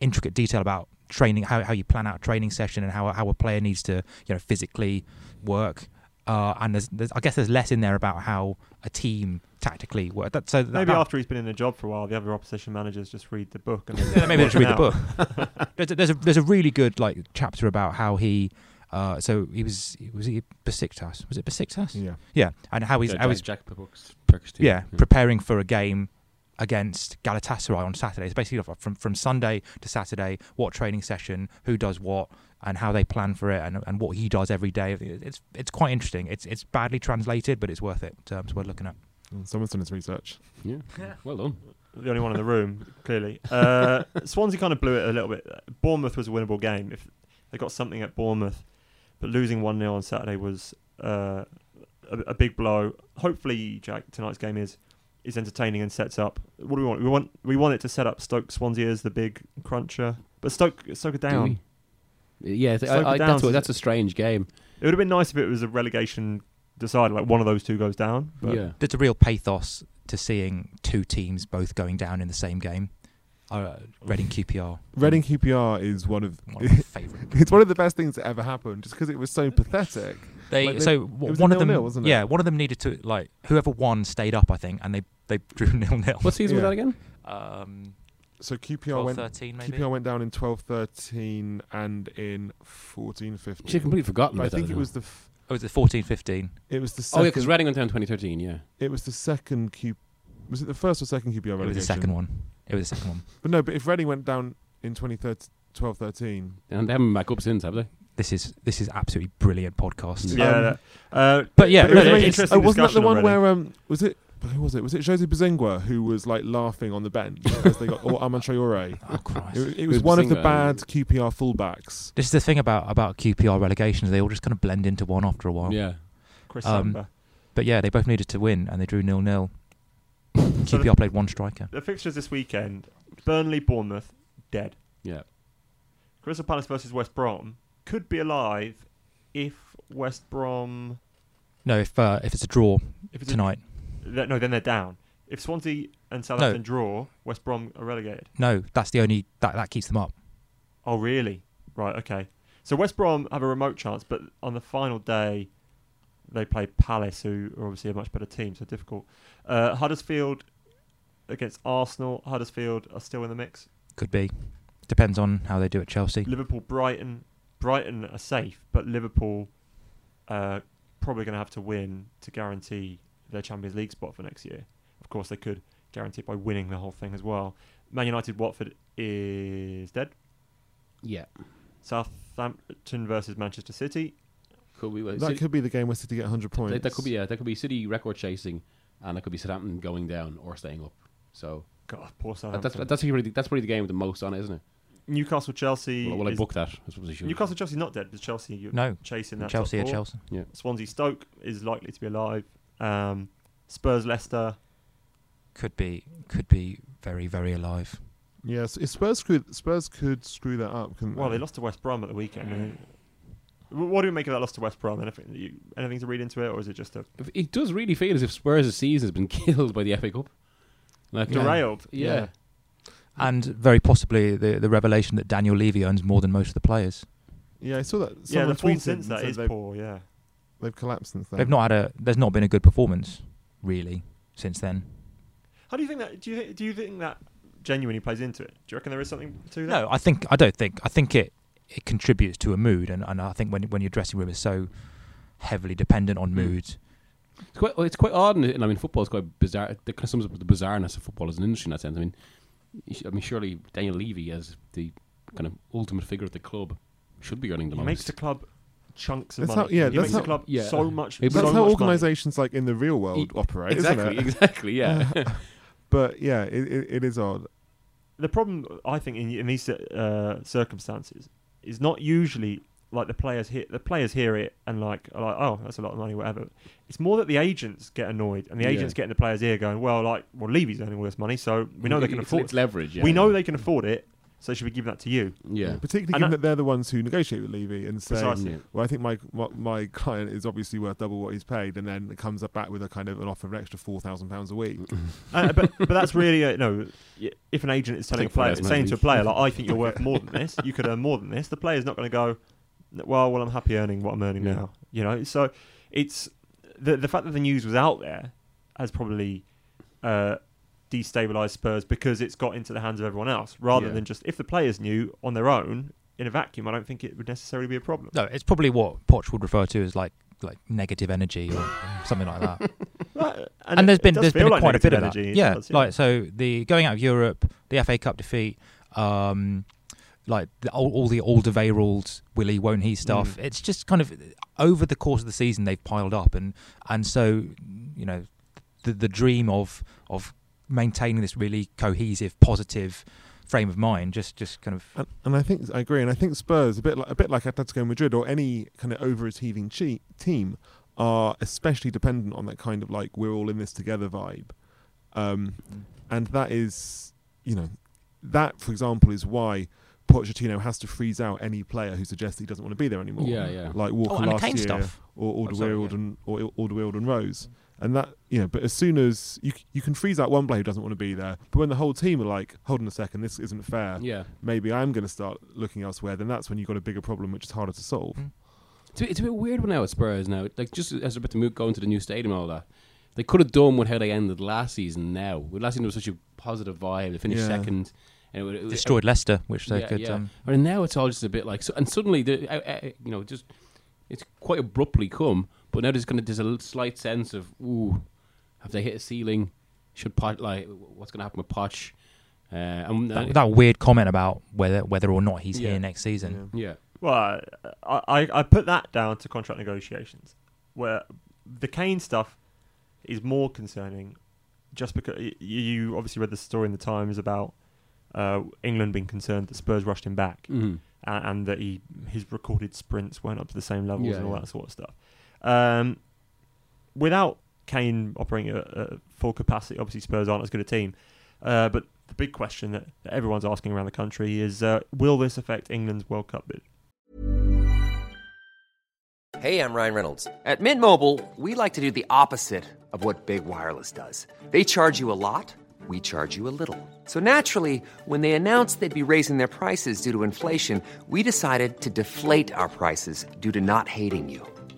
intricate detail about training, how, how you plan out a training session, and how how a player needs to you know physically work. Uh, and there's, there's, I guess there's less in there about how a team tactically work. That, so that,
Maybe
that-
after he's been in a job for a while, the other opposition managers just read the book and
Yeah, maybe I should read the
out.
book. there's, a, there's a there's a really good like chapter about how he. Uh, so he was was he Besiktas? Was it Besiktas?
Yeah.
Yeah, and how he's
Jack-
how he's
Jack Perk's- Perk's team.
Hmm.
yeah, preparing for a game against Galatasaray on Saturday. It's basically like from from Sunday to Saturday, what training session, who does what, and how they plan for it, and, and what he does every day. It's it's quite interesting. It's it's badly translated, but it's worth it. Um, it's worth looking at.
Someone's done his research.
Yeah. Well done.
the only one in the room, clearly. Uh, Swansea kind of blew it a little bit. Bournemouth was a winnable game if they got something at Bournemouth, but losing 1 0 on Saturday was uh, a, a big blow. Hopefully, Jack, tonight's game is is entertaining and sets up. What do we want? We want we want it to set up Stoke Swansea as the big cruncher, but Stoke Stoke are down.
Do we? Yeah, th-
Slope
I, I,
it down.
that's, what, that's a strange game.
It would have been nice if it was a relegation decider, like one of those two goes down. But
yeah.
There's a real pathos to seeing two teams both going down in the same game. Uh, Reading QPR,
Reading QPR is one of
one of my favourite.
it's one of the best things that ever happened, just because it was so pathetic.
They
Like, they-
so
it was a
one of them,
nil-nil, wasn't it?
yeah, one of them needed to like whoever won stayed up, I think, and they they drew nil nil.
What season
Yeah.
was that again?
Um,
So QPR
12,
went
13 maybe.
QPR went down in twelve thirteen and in fourteen fifteen.
She's completely forgotten.
But I
about that
think
as
it
well.
was the f-
Oh, is it 14, 15?
it was the
Oh
second,
yeah, because Reading went down 2013. Yeah.
it was the second Q was it the first or second QPR
It was
relegation?
the second one. It was the second one.
But no, but if Reading went down in 2013, 12 13
And they haven't been back up since, have they?
This is this is absolutely brilliant podcast.
Yeah.
yeah. uh,
But yeah,
But it
no,
was
no,
amazing.
it's-
Interesting
Oh, wasn't that the
discussion
one
already.
where um was it who was it? Was it Jose Bazengua who was like laughing on the bench as they got or Armand Traore?
oh Christ.
It, it was
With
one of the
Bazinga.
bad QPR fullbacks.
This is the thing about about QPR relegations. They all just kind of blend into one after a while.
Yeah.
Chris
Um,
Samba.
But yeah, they both needed to win, and they drew nil nil.
So
QPR played one striker.
The fixtures this weekend: Burnley, Bournemouth, dead.
Yeah.
Crystal Palace versus West Brom could be alive if West Brom
No, if uh, if it's a draw
if it's a-
tonight,
th- no, then they're down. If Swansea and Southampton draw, West Brom are relegated.
no, that's the only that that keeps them up.
Oh, really? Right. Okay. So West Brom have a remote chance, but on the final day, they play Palace, who are obviously a much better team, so difficult. Uh, Huddersfield against Arsenal. Huddersfield are still in the mix.
Could be. Depends on how they do at Chelsea.
Liverpool, Brighton, Brighton are safe, but Liverpool uh, probably going to have to win to guarantee their Champions League spot for next year. Of course, they could guarantee it by winning the whole thing as well. Man United, Watford is dead.
Yeah.
Southampton versus Manchester City.
Could be. Well,
That
City-
could be the game where City get 100 points.
that, that could be. Yeah. That could be City record chasing, and that could be Southampton going down or staying up. So
God, poor
that-
Southampton.
that's that's probably the- that's probably the game with the most on, it, isn't it?
Newcastle, Chelsea.
Well, well I
is-
booked that. I suppose I should.
Newcastle, Chelsea not dead, but Chelsea you
No,
chasing that.
Chelsea
top
or
four.
Chelsea.
Swansea, Stoke is likely to be alive. Um, Spurs, Leicester.
could be could be very very alive.
Yes, if Spurs could Spurs could screw that up, couldn't
Well,
they?
they lost to West Brom at the weekend. and they- Uh, Wh- what do you make of that loss to West Brom? Anything, that you, anything to read into it, or is it just a
If- It does really feel as if Spurs' season has been killed by the FA Cup. Like
derailed?
Yeah.
Yeah.
And very possibly the the revelation that Daniel Levy owns more than most of the players.
Yeah, I saw that.
Yeah,
Someone
the form
tweeted
since
and
that
said
is
they've,
poor. Yeah,
they've collapsed since then.
They've not had a there's not been a good performance really since then.
how do you think that? Do you thi- do you think that genuinely plays into it? Do you reckon there is something to that?
No, I think I don't think I think it it contributes to a mood, and, and I think when when your dressing room is so heavily dependent on mood,
It's quite, well, it's quite odd, and, and I mean, football is quite bizarre. It kind of sums up the bizarreness of football as an industry in that sense. I mean, you sh- I mean, surely Daniel Levy, as the kind of ultimate figure of the club, should be earning the
He
most.
makes the club chunks of
That's
money.
how- yeah,
he
that's
makes
how-
the club
yeah.
so much.
That's
so
That's how
much
organisations like in the real world
E-
operate,
exactly,
isn't it?
exactly, yeah.
But yeah, it, it, it is odd.
money. The problem I think in, in these uh, circumstances is not usually like the players hear the players hear it and like are like oh that's a lot of money whatever. It's more that the agents get annoyed and the
Yeah.
agents get in the players' ear going well like well Levy's earning all this money so we know they can
It's-
afford
it's leverage. Yeah.
we know they can afford it so should we give that to you?
Yeah.
And
Particularly given
I-
that they're the ones who negotiate with Levy and say,
Precisely.
Yeah.
"Well, I think my, my my client is obviously worth double what he's paid," and then it comes up back with a kind of an offer of an extra four thousand pounds a week.
Uh, but but that's really uh, no. y- If an agent is telling a
think
player,
players
saying
might
to a
be-
player, like, I think you're worth more than this, you could earn more than this. The player's not going to go, "N- well, well, I'm happy earning what I'm earning
Yeah.
now. You know, so it's the the fact that the news was out there has probably uh, destabilized Spurs because it's got into the hands of everyone else, rather
Yeah.
than just if the players knew on their own in a vacuum. I don't think it would necessarily be a problem.
no, it's probably what Poch would refer to as like like negative energy or something like that.
Uh,
and,
it-
there's
it
been
does
there's been
feel like
quite a bit
negative
of that.
energy, it
Yeah,
does,
like so the going out of Europe, the FA Cup defeat, um, like the, all, all the Alderweireld, Willie won't he stuff.
Mm.
It's just kind of over the course of the season they've piled up, and and so you know the the dream of of maintaining this really cohesive, positive frame of mind just just kind of
And, and I think I agree. And I think Spurs, a bit like a bit like Atletico Madrid or any kind of overachieving che- team, are especially dependent on that kind of like we're all in this together vibe. Um,
Mm.
and that is, you know, that for example is why Pochettino has to freeze out any player who suggests he doesn't want to be there anymore.
Yeah, yeah.
Like Walker
oh and the
last
Kane
year
stuff.
or
Oh, sorry,
Alderweireld
yeah. Mm.
and or Alderweireld and Rose. And that you know, but as soon as you c- you can freeze out one player who doesn't want to be there, but when the whole team are like, hold on a second, this isn't fair
Yeah.
maybe I'm going to start looking elsewhere, then that's when you've got a bigger problem, which is harder to solve.
Mm-hmm. It's a, bit- it's a bit weird now at Spurs now. Like just as about to move going to the new stadium and all that, they could have done with how they ended last season. Now With last season there was such a positive vibe. They finished
Yeah.
second, and it, wa- it was
Destroyed Leicester, which they could. Um,
and now it's all just a bit like so, and suddenly the uh, uh, you know just it's quite abruptly come, but now there's kind of there's a little slight sense of ooh, have they hit a ceiling? Should pot like what's going to happen with Poch? Uh, and
that, that weird comment about whether whether or not he's
Yeah.
here next season.
yeah,
Well, I, I I put that down to contract negotiations, where the Kane stuff is more concerning, just because y- you obviously read the story in the Times about uh, England being concerned that Spurs rushed him back
mm.
a- and, that he his recorded sprints weren't up to the same levels
Yeah,
and all
yeah.
that sort of stuff. Um, without Kane operating at, at full capacity, obviously Spurs aren't as good a team. Uh, but the big question that, that everyone's asking around the country is: uh, Will this affect England's World Cup bid?
Hey, I'm Ryan Reynolds. At Mint Mobile, we like to do the opposite of what Big Wireless does. They charge you a lot, we charge you a little. So naturally, when they announced they'd be raising their prices due to inflation, we decided to deflate our prices due to not hating you.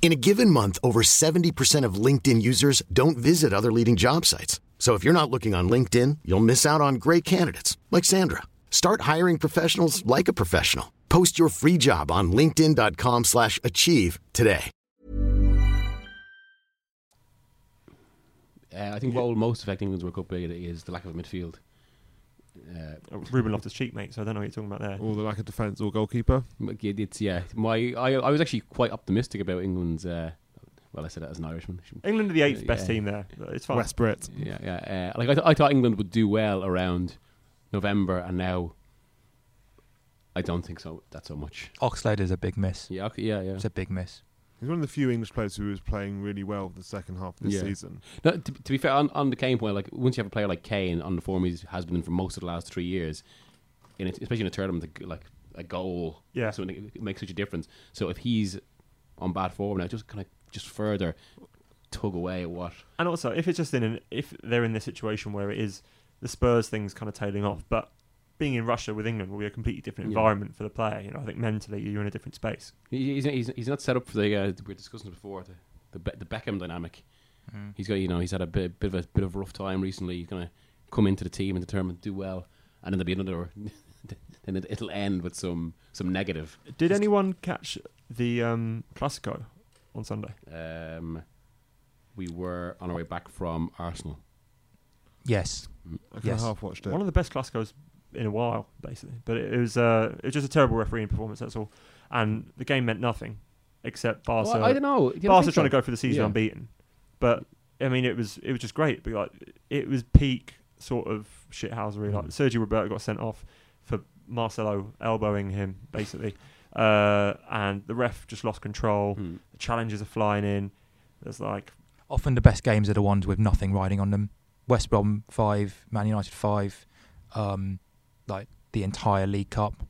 In a given month, over 70% of LinkedIn users don't visit other leading job sites. So if you're not looking on LinkedIn, you'll miss out on great candidates like Sandra. Start hiring professionals like a professional. Post your free job on linkedin.com/achieve slash achieve today.
uh, Uh, I think what will most affect England's World Cup bid is the lack of a midfield. Uh,
Uh, Ruben Loftus cheek, mate. So I don't know what you're talking about there.
Or the lack of defence or goalkeeper.
But it- It's yeah. My I, I was actually quite optimistic about England's. Uh, well, I said that as an Irishman.
England are the eighth
Yeah.
best team there. It's fine.
West Brit.
Yeah, yeah. Uh, like I, th- I thought England would do well around November, and now I don't think so. That so much.
Oxlade is a big miss.
Yeah, okay, yeah, yeah.
It's a big miss.
He's one of the few English players who was playing really well the second half of this
Yeah.
season.
No, to, to be fair, on, on the Kane point, like once you have a player like Kane on the form he has been in for most of the last three years, in a, especially in a tournament like- like a goal,
Yeah.
so it makes such a difference. So if he's on bad form now, just kind of just further tug away at what
And also, if it's just in an, if they're in this situation where it is the Spurs thing's kind of tailing off, but being in Russia with England will be a completely different
Yeah.
environment for the player. You know, I think mentally you're in a different space.
He- He's, he's, he's not set up for the uh, we were discussing before the the, Be- the Beckham dynamic.
Mm.
He's got you know he's had a bit, bit of a bit of a rough time recently. He's gonna come into the team and determine to do well, and then there'll be another. then it, it'll end with some some negative.
Did
Just-
anyone catch the um, Classico on Sunday?
Um, we were on our way back from Arsenal.
Yes.
I kind
Yes.
of half watched it.
One of the best Classicos in a while, basically. But it, was uh, it was just a terrible refereeing performance. That's all. And the game meant nothing except Barca.
Well, I don't know. Do you
Barca
think
trying to
so?
go for the season
Yeah.
unbeaten, but I mean it was it was just great. But like it was peak sort of
Mm.
shithousery. Like Sergio Roberto got sent off for Marcelo elbowing him basically, uh, and the ref just lost control.
Hmm.
The challenges are flying in. There's like
Often the best games are the ones with nothing riding on them. West Brom five, Man United five, um, like the entire League Cup.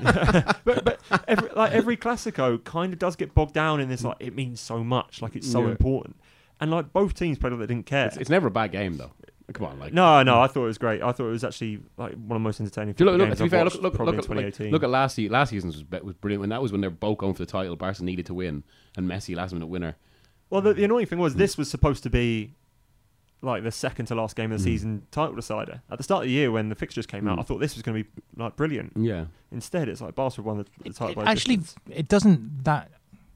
but, but every, like every Classico kind of does get bogged down in this like it means so much, like it's so
Mm. Yeah.
important. And like both teams played like they didn't care.
It's, it's never a bad game though. Come on, like
no, no, I thought it was great. I thought it was actually like one of the most entertaining.
Do you
football
look,
games
look, to be
I've
fair, look,
watched
look,
probably
look,
in
look,
2018.
look at last season. Last season's was, be- was brilliant, and that was when they were both going for the title. Barca needed to win, and Messi last minute winner.
Well, the, the annoying thing
Hmm.
was this was supposed to be like the second to last game
Hmm.
of the season title decider. At the start of the year when the fixtures came out, I thought this was going to be like brilliant.
Yeah,
Instead, it's like Barca won the, the title.
It
by
actually,
distance.
it doesn't that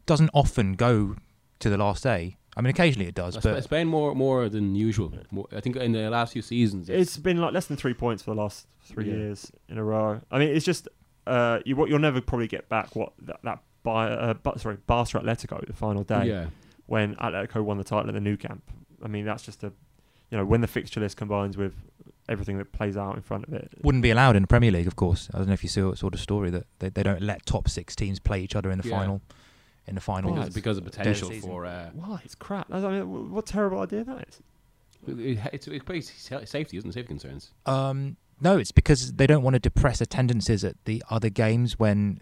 doesn't often go to the last day. I mean, occasionally it does,
Sp-
but
Spain more more than usual. More, I think in the last few seasons, it's,
it's been like less than three points for the last three
Yeah.
years in a row. I mean, it's just uh, you what you'll never probably get back what that that by uh, but, sorry Barca Atletico the final day
yeah,
when Atletico won the title at the new camp. I mean, that's just a you know when the fixture list combines with everything that plays out in front of it.
wouldn't be allowed in the Premier League, of course. I don't know if you saw saw the story that they, they don't let top six teams play each other in the
Yeah.
final, in the final.
because, because of potential
season.
for uh,
Why it's crap. I mean, wh- what a terrible idea that is.
it- it's, it's probably sa- safety, isn't it? Safety concerns.
um, no, it's because they don't want to depress attendances at the other games when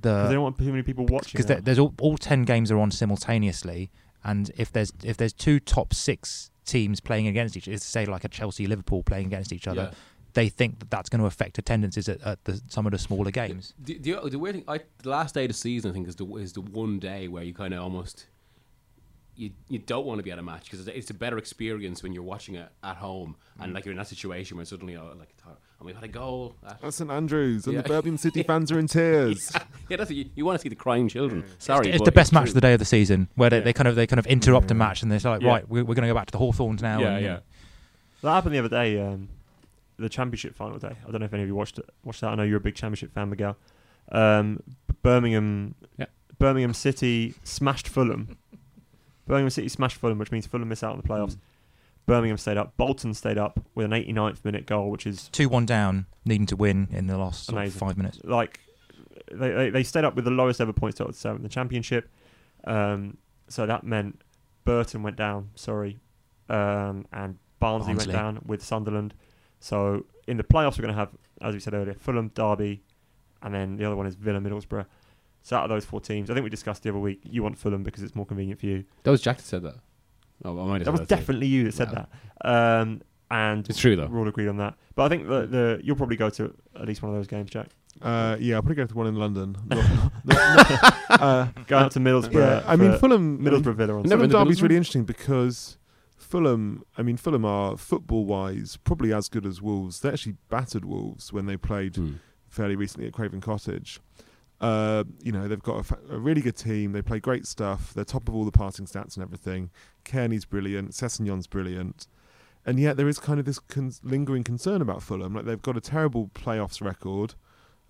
Because they
the
don't want too many people watching.
because there-
it.
there's all, all ten games are on simultaneously, and if there's if there's two top six teams playing against each, it's say like a Chelsea Liverpool playing against each other.
Yeah.
They think that that's going to affect attendances at, at the, some of the smaller games.
The, the, the weird thing, I, the last day of the season, I think, is the is the one day where you kind of almost you you don't want to be at a match because it's a better experience when you're watching it at home
Mm.
and like you're in that situation where suddenly oh, like and we've had a goal. Ah.
That's St Andrews, and
Yeah.
the Birmingham City fans are in tears.
yeah, that's it. You, you want to see the crying children. Sorry,
it's
but
the best
true.
match
Mm.
of the day of the season where they, they kind of they kind of interrupt a match and they're like
Yeah.
right we're, we're going to go back to the Hawthorns now
Yeah,
and,
yeah.
That happened the other day, um, the championship final day. I don't know if any of you watched it, watched that. I know you're a big championship fan, Miguel. Um, B- Birmingham,
Yeah.
Birmingham City smashed Fulham. Birmingham City smashed Fulham, which means Fulham miss out on the playoffs. Birmingham stayed up. Bolton stayed up with an 89th minute goal, which is
two one down needing to win in the last sort of
Amazing.
five minutes
like they, they, they stayed up with the lowest ever points total so in the championship. Um, so that meant Burton went down, sorry, um, and Barnsley,
Barnsley.
went down with Sunderland. So in the playoffs, we're going to have, as we said earlier, Fulham, Derby, and then the other one is Villa, Middlesbrough. So out of those four teams, I think we discussed the other week. You want Fulham because it's more convenient for you.
That was Jack that said that. Oh, I might have
That
said
was
too.
definitely you that said
Wow.
that. Um, and
It's true though.
we're all agreed on that. But I think the, the you'll probably go to at least one of those games, Jack.
Uh, yeah, I'll probably go to one in London. No- no- no- uh,
Going up to Middlesbrough.
yeah, I mean
for-
Fulham.
Middlesbrough Villa on Sunday.
Never
Fulham
been to
derby's
Middlesbrough?
really interesting because Fulham. I mean Fulham are football-wise probably as good
Hmm.
as Wolves. They actually battered Wolves when they played fairly recently at Craven Cottage. Uh, you know, they've got a, fa- a really good team. They play great stuff. They're top of all the passing stats and everything. Kearney's brilliant. Sessignon's brilliant. And yet there is kind of this con- lingering concern about Fulham. Like they've got a terrible playoffs record.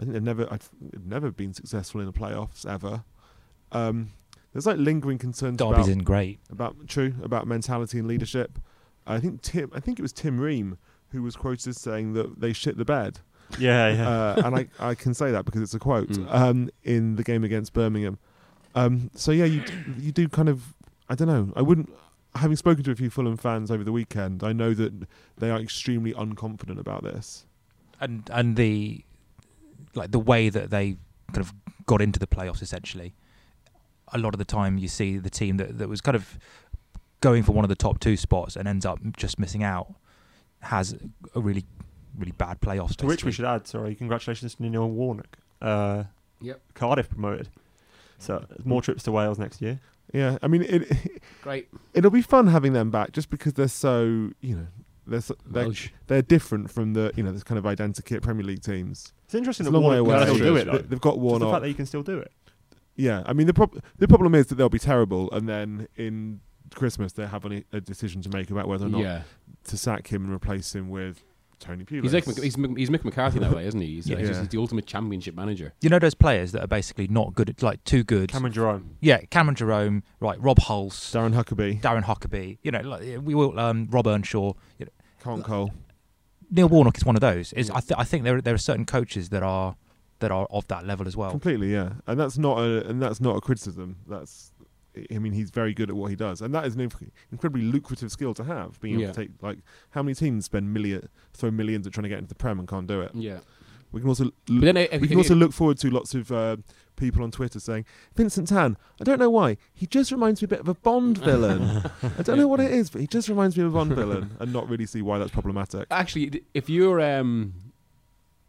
I think they've never, I've they've never been successful in the playoffs ever. Um, there's like lingering concerns
Derby's
about
in great.
about true about mentality and leadership. I think Tim. I think it was Tim Ream who was quoted as saying that they shit the bed,
Yeah, yeah.
uh, and I, I can say that because it's a quote
Mm.
um, in the game against Birmingham. Um, so yeah, you you do kind of I don't know. I wouldn't. Having spoken to a few Fulham fans over the weekend, I know that they are extremely unconfident about this.
and and the like the way that they kind of got into the playoffs essentially a lot of the time you see the team that, that was kind of going for one of the top two spots and ends up just missing out has a really really bad playoffs
to which we
basically.
should add, sorry, congratulations to Neil Warnock. Uh,
Yep.
Cardiff promoted. So more trips to Wales next year.
Yeah, I mean it.
Great.
It'll be fun having them back just because they're so you know they're so, they're,
Welsh.
they're different from the you know this kind of identikit Premier League teams.
It's interesting
It's a
that
long way
Warnock
away.
can
No,
still do
it's true.
it. Though.
They- They've got
Just
one
the fact
off.
that you can still do it.
Yeah, I mean the prob- the problem is that they'll be terrible, and then in Christmas they have a, a decision to make about whether or not
Yeah,
to sack him and replace him with Tony Pulis.
he's like Mc- he's, Mc- he's Mick McCarthy that way, isn't he? He's, like,
Yeah.
he's just the ultimate championship manager.
you know those players that are basically not good at like too good
Cameron Jerome.
yeah Cameron Jerome right Rob Hulse
Darren Huckabee,
Darren Huckabee you know like, we will um, Rob Earnshaw you know,
Con Cole.
Neil Warnock is one of those is I, th- I think there there are certain coaches that are that are of that level as well
Completely, yeah, and that's not a and that's not a criticism. That's, I mean, he's very good at what he does, and that is an inc- incredibly lucrative skill to have. Being
Yeah.
able to take like how many teams spend million throw millions at trying to get into the prem and can't do it.
Yeah,
We can also
but
look,
then uh, if,
we
if
can also
you-
look forward to lots of uh, people on Twitter saying Vincent Tan. I don't know why he just reminds me a bit of a Bond villain. I don't know what it is, but he just reminds me of a Bond villain, and not really see why that's problematic.
actually, th- if you're um,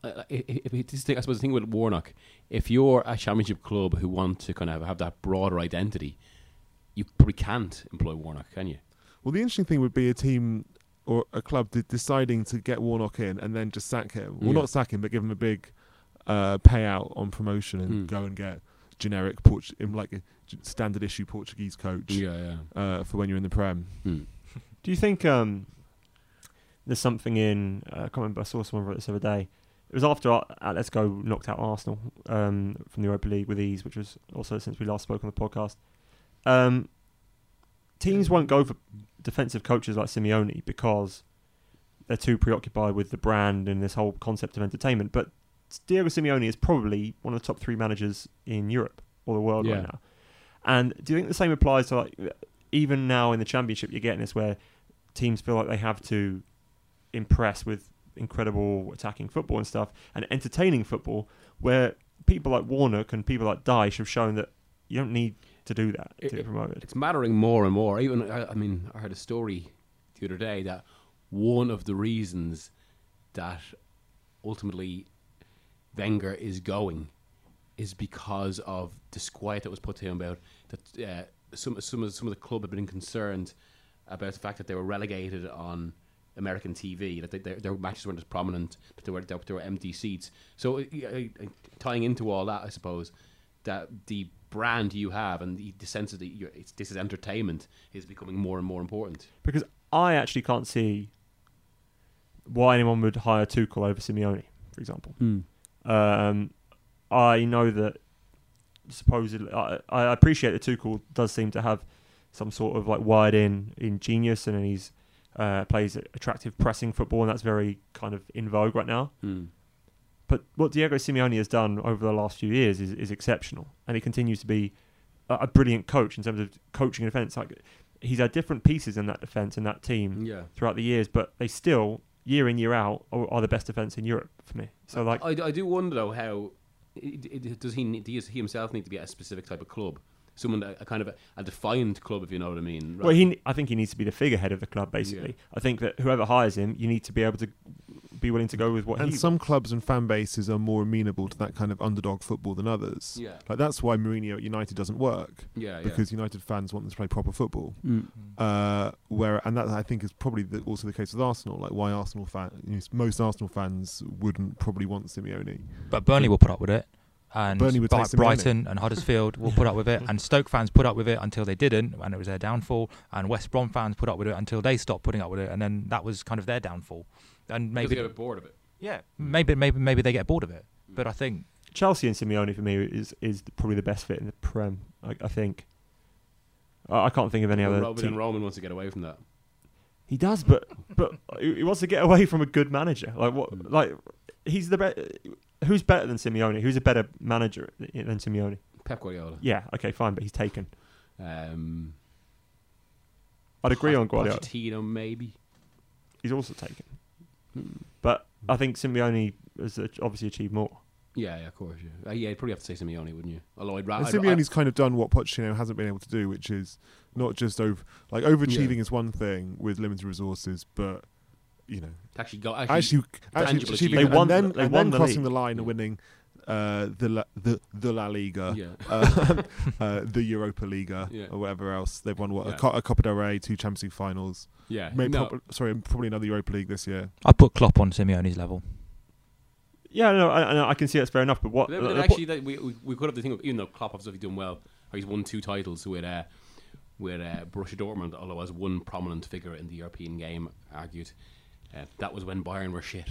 uh, i- i- if, it- this thing, I suppose the thing with Warnock, if you're a championship club who want to kind of have that broader identity, you probably can't employ Warnock, can you?
Well, the interesting thing would be a team or a club de- deciding to get Warnock in and then just sack him. Well,
Yeah.
not sack him, but give him a big uh, payout on promotion and
Mm.
go and get generic Port- in like a g- standard issue Portuguese coach
yeah.
uh, for when you're in the Prem.
Hmm.
Do you think um, there's something in? Uh, I can't remember. I saw someone wrote this the other day. It was after Ar- uh, Atletico knocked out Arsenal um, from the Europa League with ease, which was also since we last spoke on the podcast. Um, teams won't go for defensive coaches like Simeone because they're too preoccupied with the brand and this whole concept of entertainment. But Diego Simeone is probably one of the top three managers in Europe or the world
Yeah.
right now. And do you think the same applies to like even now in the championship you're getting this where teams feel like they have to impress with incredible attacking football and stuff and entertaining football where people like Warnock and people like Dyche have shown that you don't need to do that to
It-
get promoted.
It's mattering more and more. Even I, I mean, I heard a story the other day that one of the reasons that ultimately Wenger is going is because of disquiet that was put to him about that uh, some some of, some of the club have been concerned about the fact that they were relegated on American TV, that they, their, their matches weren't as prominent, that there were that there were empty seats. So uh, uh, uh, tying into all that, I suppose that the brand you have and the, the sense of that you're, it's, this is entertainment is becoming more and more important.
Because I actually can't see why anyone would hire Tuchel over Simeone, for example. Um, I know that supposedly, I, I appreciate that Tuchel does seem to have some sort of like wired in in genius, and he's uh, plays attractive pressing football, and that's very kind of in vogue right now. But what Diego Simeone has done over the last few years is, is exceptional, and he continues to be a, a brilliant coach in terms of coaching a defense. Like he's had different pieces in that defense in that team
Yeah.
throughout the years, but they still year in year out are, are the best defense in Europe for me. So like
I, I do wonder though how it, it, does he need, does he himself need to be at a specific type of club, someone that, a kind of a, a defined club if you know what I mean.
Well, he, I think he needs to be the figurehead of the club. Basically,
Yeah.
I think that whoever hires him, you need to be able to be willing to go with what
And
he.
some clubs and fan bases are more amenable to that kind of underdog football than others.
Yeah.
Like that's why Mourinho at United doesn't work
yeah, Mm. yeah.
because United fans want them to play proper football. Uh, where and that I think is probably the, also the case with Arsenal. Like why Arsenal fan, you know, most Arsenal fans wouldn't probably want Simeone.
but Burnley will put up with it and
Burnley would
Bri-
taste the money.
Brighton and Huddersfield will put up with it, and Stoke fans put up with it until they didn't, and it was their downfall. And West Brom fans put up with it until they stopped putting up with it, and then that was kind of their downfall. And
Maybe
maybe
get a bit bored of it.
yeah, maybe maybe maybe they get bored of it. But I think
Chelsea and Simeone for me is is probably the best fit in the Prem. I, I think. I, I can't think of any other.
Robin
team.
and Roman wants to get away from that.
He does, but but he he wants to get away from a good manager. Like
Mm.
what? Like he's the best. Who's better than Simeone? Who's a better manager than Simeone?
Pep Guardiola.
Yeah, okay, fine, but he's taken.
Um,
I'd agree on Guardiola.
Pochettino, maybe.
He's also taken,
Hmm.
but I think Simeone has uh, obviously achieved more.
Yeah, yeah, of course. Yeah, uh, yeah you'd probably have to say Simeone, wouldn't you? Although I'd
And
rather.
Simeone's kind of done what Pochettino hasn't been able to do, which is not just over like overachieving is one thing with limited resources, but you know,
actually got actually,
actually actually
tangible
achieving
achievement.
it
They won
and then,
the- they
and
won
then
the
crossing
league.
the line and winning uh, the La, the the La Liga,
Yeah.
uh, uh, the Europa Liga,
Yeah.
or whatever else they've won. What
Yeah.
a, Co- a Copa del Rey, two Champions League finals.
yeah.
May
no,
prob- sorry, probably another Europa League this year.
I put Klopp on Simeone's level.
Yeah, no, I, I- I can see that's fair enough. But what?
But then- but then
uh,
actually, that we, we we could have the thing of even though Klopp has obviously done well, or he's won two titles with uh, with uh, Borussia Dortmund, although as one prominent figure in the European game argued, uh, that was when Bayern were shit.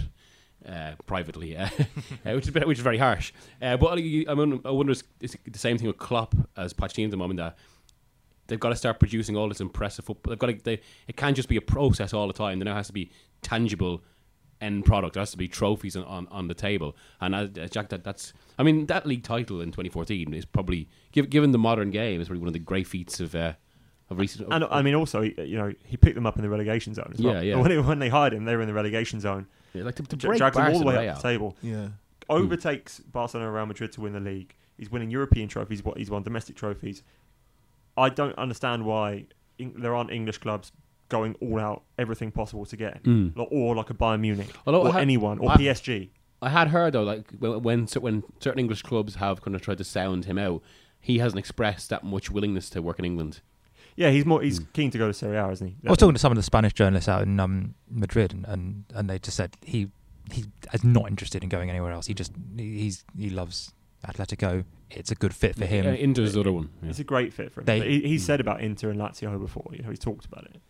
Uh, privately, uh, uh, which is bit- which is very harsh. Uh, but I, I, mean, I wonder, is is the same thing with Klopp as Pochettino at the moment? That they've got to start producing all this impressive football. They've got to, they, it can't just be a process all the time. There now has to be tangible end product. There has to be trophies on, on, on the table. And as, as Jack, that, that's I mean that league title in 2014 is probably giv given the modern game is probably one of the great feats of uh, of recent.
and
of,
I mean, also, he- you know, he picked them up in the relegation zone as well.
Yeah, yeah.
When, he- when they hired him, they were in the relegation zone.
yeah, like to, to
J-
break
drags them all the
Barca
way
out.
up the table.
Yeah,
Hmm.
overtakes Barcelona and Real Madrid to win the league. He's winning European trophies. What he's won domestic trophies. I don't understand why Eng- there aren't English clubs going all out, everything possible to get, him. Like- or like a Bayern Munich,
Hmm. Although I
or
ha-
anyone, or
I-
PSG.
I had heard though, like when when cer- when certain English clubs have kind of tried to sound him out, he hasn't expressed that much willingness to work in England.
Yeah, he's more. He's keen to go to Serie A, isn't he?
I was talking to some of the Spanish journalists out in um, Madrid, and, and and they just said he he is not interested in going anywhere else. He just he- he's he loves Atletico. It's a good fit for him.
Uh, Inter's the other one. Yeah.
It's a great fit for him.
They-
But he, he's said about Inter and Lazio before. You know, he's talked about it.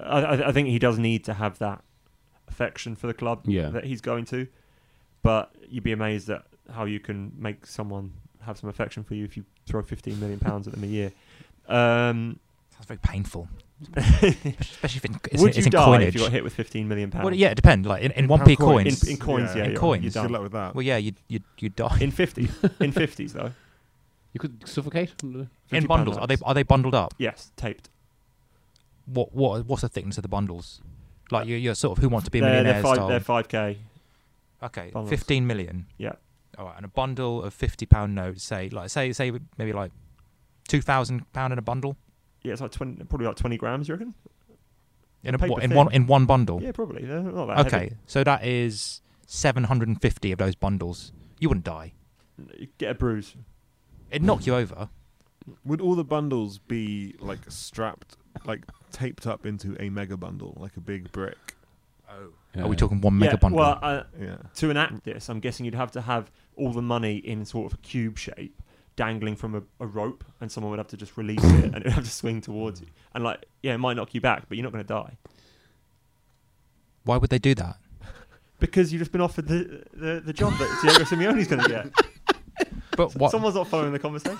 I, I, I think he does need to have that affection for the club
Yeah.
that he's going to. But you'd be amazed at how you can make someone have some affection for you if you throw fifteen million pounds at them a year. Um,
That's very painful, especially if it- it's,
would
it's
you
in
die
coinage.
if you got hit with fifteen million pounds?
Well, yeah, it depends. Like in, in one
pound
p
in,
coins.
in coins, yeah,
Yeah.
In
you're-
coins.
you're
good
done.
luck with that.
well, yeah, you you you die
in fifty, in fifties though.
You could suffocate.
in
50
bundles. Are they
pound
are they bundled up?
Yes, taped.
What what what's the thickness of the bundles? Like you're, you're sort of who wants to be a
They're,
millionaire
they're five.
style.
They're five k.
okay,
bundles.
fifteen million.
Yeah.
All right, and a bundle of fifty pound notes. Say like say say maybe like two thousand pound in a bundle.
Yeah, it's like twenty, probably like twenty grams. You reckon?
In a,
Paper
what, in
thin.
one in one bundle.
Yeah, probably. They're not that heavy.
Oh. okay, so that is seven hundred and fifty of those bundles. You wouldn't die.
get a bruise.
It'd knock you over.
Would all the bundles be like strapped, like taped up into a mega bundle, like a big brick?
Are we talking one mega
yeah,
bundle?
Well, uh,
Yeah.
to enact this, I'm guessing you'd have to have all the money in sort of a cube shape, dangling from a, a rope, and someone would have to just release it, and it would have to swing towards you. And like, yeah, it might knock you back, but you're not going to die
Why would they do that?
because you've just been offered the the, the job that Diego Simeone's going to get.
But what?
Someone's not following the conversation.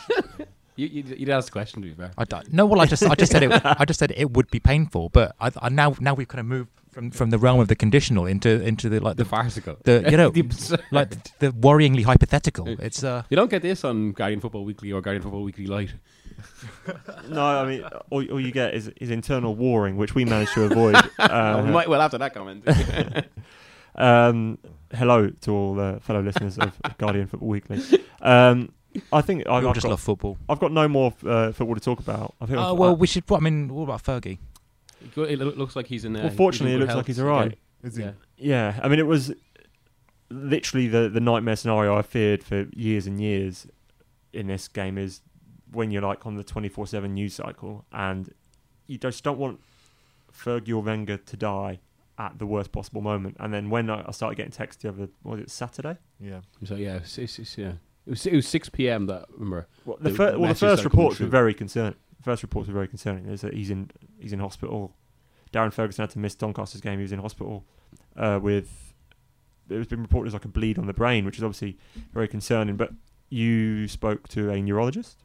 You, you, you'd ask the question to be fair.
I don't, no, well, I just I just said it. I just said it would be painful. But I, I now now we've kind of moved from, from the realm of the conditional into into the like
The
the
farcical.
the, you know
The absurd.
like the, worryingly hypothetical. It's uh
You don't get this on Guardian Football Weekly or Guardian Football Weekly Light.
No, I mean, all, all you get is, is internal warring, which we managed to avoid. Uh,
we might well after that comment.
Um, hello to all the fellow listeners of Guardian Football Weekly. Um, I think
I
I've, I've
just
got,
love football.
I've got no more uh, football to talk about. I think
Oh
I've-
well, we should. I mean, what about Fergie?
it lo- looks like he's in. Uh,
Well, fortunately,
he's in
it looks like
good health.
he's all right.
Is he?
Yeah.
Yeah, I mean, it was literally the, the nightmare scenario I feared for years and years in this game is when you're like on the 24 7 news cycle and you just don't want Fergie or Wenger to die at the worst possible moment. And then when I, I started getting texts the other, what was it Saturday?
Yeah.
So yeah, it's, it's, it's, yeah. It was, it was 6 p.m. that remember.
Well, the,
the
fir- well, the
message
first
that come
reports were
through.
very concerning. The first reports were very concerning. There's that he's in he's in hospital. Darren Ferguson had to miss Doncaster's game. He was in hospital uh, with. It was been reported as like a bleed on the brain, which is obviously very concerning. But you spoke to a neurologist.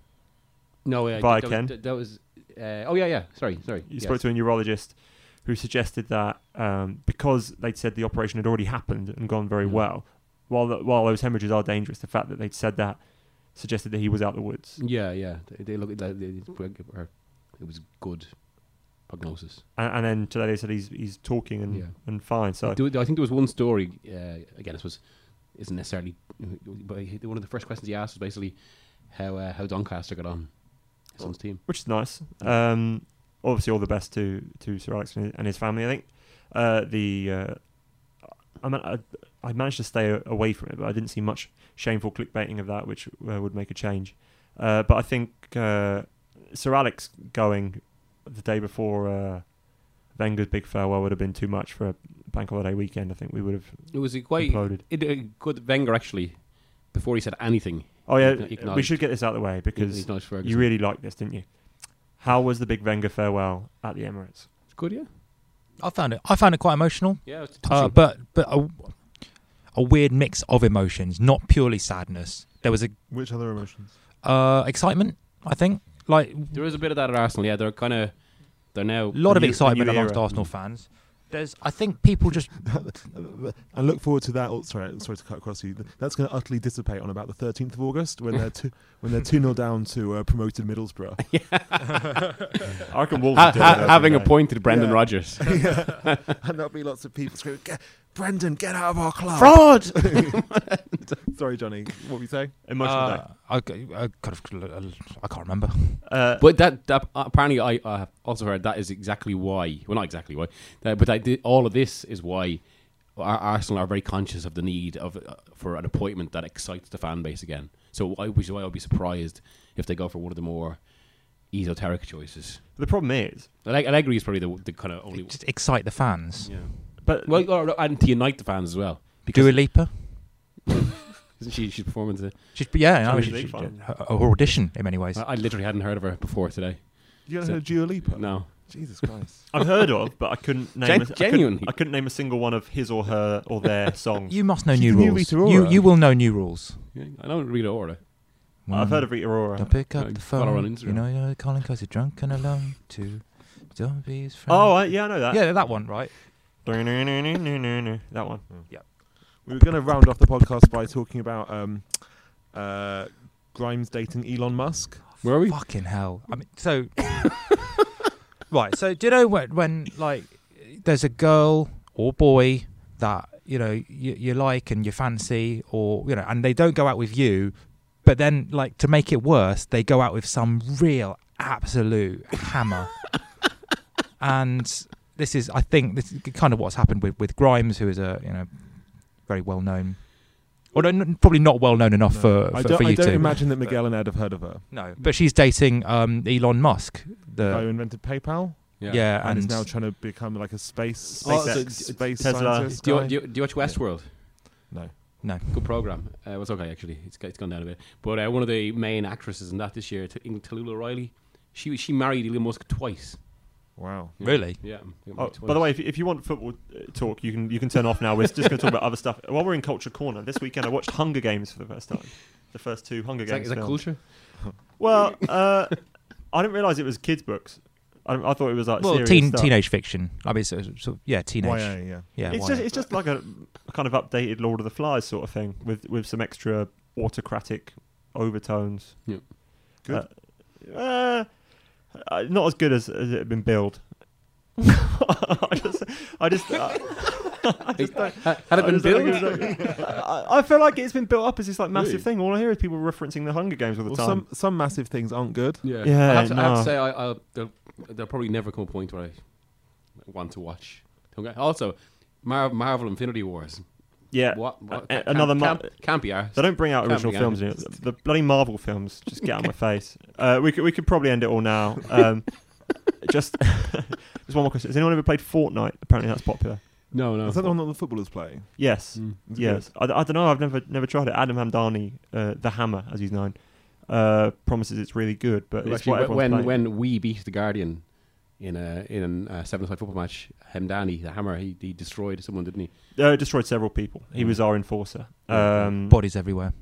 No, yeah,
by
that
Ken.
Was, that- that was. Uh, oh yeah, yeah. Sorry, sorry.
You spoke to a neurologist who suggested that um, because they'd said the operation had already happened and gone very
Mm.
well, while the, while those hemorrhages are dangerous, the fact that they'd said that suggested that he was out the woods.
Yeah, yeah. They, they look. They, they, it was good prognosis.
And, and then today they said he's he's talking and
Yeah.
and fine. So
There- I think there was one story. Uh, again, this was isn't necessarily, but he- one of the first questions he asked was basically how uh, how Doncaster got on his son's team.
which is nice. Um, obviously, all the best to to Sir Alex and his, and his family. I think uh, the uh, I, man- I I managed to stay a- away from it, but I didn't see much shameful clickbaiting of that, which uh, would make a change. Uh, but I think uh, Sir Alex going the day before uh, Wenger's big farewell would have been too much for a bank holiday weekend. I think we would have
It was a quite
imploded.
it, uh, good. Wenger actually, before he said anything,
Oh yeah,
Acknow-
we
acknowledged.
should get this out of the way because
acknowledged Ferguson.
you really liked this, didn't you? How was the big Wenger farewell at the Emirates?
it's good, yeah,
I found it. I found it quite emotional.
yeah. It's
Uh,
Um,
touching.
but but a, a weird mix of emotions, not purely sadness. There was a
Which other emotions?
uh, excitement, I think, like a
there is a bit of that at Arsenal. Yeah, they're kind of they're now
lot of
new- a
excitement
new
amongst
era.
Arsenal fans. There's, I think, people just
I look forward to that. Oh, sorry, sorry to cut across you. That's going to utterly dissipate on about the 13th of August when they're two, when they're two 0 down to uh, promoted Middlesbrough.
I reckon Wolves
ha-
are doing it
ha-
every
having
day.
appointed Brendan
Yeah.
Rodgers.
Yeah. and there'll be lots of people screaming, get, "Brendan, get out of our club!"
Fraud.
sorry, Johnny. What were you saying?
emotional
uh, I, I kind of I can't remember.
day. Uh,
But that, that apparently, I uh, also heard that is exactly why. Well, not exactly why, uh, but that, all of this is why Ar- Arsenal are very conscious of the need of uh, for an appointment that excites the fan base again. So, I, which is why I'd be surprised if they go for one of the more esoteric choices.
the problem is,
Alleg- Allegri is probably the, the kind of only.
Just excite the fans.
Yeah.
but
Well, or- and to unite the fans as well.
Dua Lipa.
Isn't she? She's performing today.
She's, yeah, I
Dua
mean, she, she,
Lipa.
her, her audition in many ways.
I, I literally hadn't heard of her before today.
You don't
So-
know Dua Lipa?
No.
Jesus Christ.
I've heard of, but I couldn't name
Gen-
a, I couldn't-
genuinely.
I couldn't, name a single one of his or her or their songs.
you must know
She's
new
the new
rules.
Rita Ora.
you you will know new rules.
Yeah, I don't read Aura.
I've heard of Rita Ora.
Don't pick
Uh,
up the
follow her on
phone. You
Instagram.
know, you know, calling 'cause you're drunk and alone. Too. Don't be his friend.
Oh, I, yeah, I know that.
yeah, that one, right?
That one.
We were going to round off the podcast by talking about um, uh, Grimes dating Elon Musk.
Where are we?
Fucking hell. I mean, so. right, so do you know when, when, like, there's a girl or boy that, you know, you, you like and you fancy, or, you know, and they don't go out with you, but then, like, to make it worse, they go out with some real, absolute hammer. and this is, I think, this is kind of what's happened with, with Grimes, who is a, you know, very well known. Or no, probably not well known enough for,
I
for,
don't,
for you
I don't
two.
imagine that Miguel and Ed have heard of her.
No, but she's dating um, Elon Musk.
Who
Oh,
The
invented PayPal
yeah,
and,
Uh, and,
is now trying to become like a space
Oh, so
SpaceX,
d-
space
Tesla.
scientist.
Do you,
guy.
do, you, do you watch Westworld?
no.
no,
Good program. Uh, it was okay actually. It's got- it's gone down a bit. But uh, one of the main actresses in that this year, T- in Tallulah O'Reilly, she was- she married Elon Musk twice.
Wow.
Yeah.
really.
Yeah. they got
Oh,
married
by the
twice.
way, if, if you want football uh, talk, you can you can turn off now. We're just going to talk about other stuff. While we're in Culture Corner, this weekend I watched Hunger Games for the first time. The first two Hunger
is that,
Games.
is that
films.
culture?
Well, uh, I didn't realise it was kids' books. I, I thought it was like
Well,
serious
teen,
stuff.
teenage fiction. I mean, so, so, yeah, teenage.
YA, yeah.
Yeah,
it's
why
just
not?
it's just like a, a kind of updated Lord of the Flies sort of thing with with some extra autocratic overtones.
Yep.
Good.
Uh, uh, uh, not as good as, as it had been billed. I just, I just, I,
Ha- Had
I
it been
just don't
billed?
think it's like- I, I feel like it's been built up as this like massive
Really?
thing. All I hear is people referencing the Hunger Games all the
Well,
um,
time.
some some massive things aren't good.
Yeah.
Yeah,
I have to, I have to
no.
say, I, I'll, there'll, there'll probably never come a point where I want to watch. Okay. Also, Mar- Marvel Infinity Wars.
yeah,
What? what
A- another
can't,
mar-
can't, can't be arsed.
They don't bring out
Can't
original
be
films. You know. The bloody Marvel films just get out of my face. Uh, we could we could probably end it all now. Um, just just one more question. Has anyone ever played Fortnite? Apparently that's popular.
No, no.
Is that the one that the footballers play?
Yes,
Mm,
Is it
yes. I, I don't know. I've never never tried it. Adam Hamdani, uh, the Hammer, as he's known, uh, promises it's really good, but
Well,
it's what
actually,
everyone's
when
playing.
when we beat the Guardian in a in a seven-side football match, Hemdani, the hammer, he, he destroyed someone, didn't he?
Uh, it destroyed several people.
Mm.
He was our enforcer. Um, uh,
Bodies everywhere.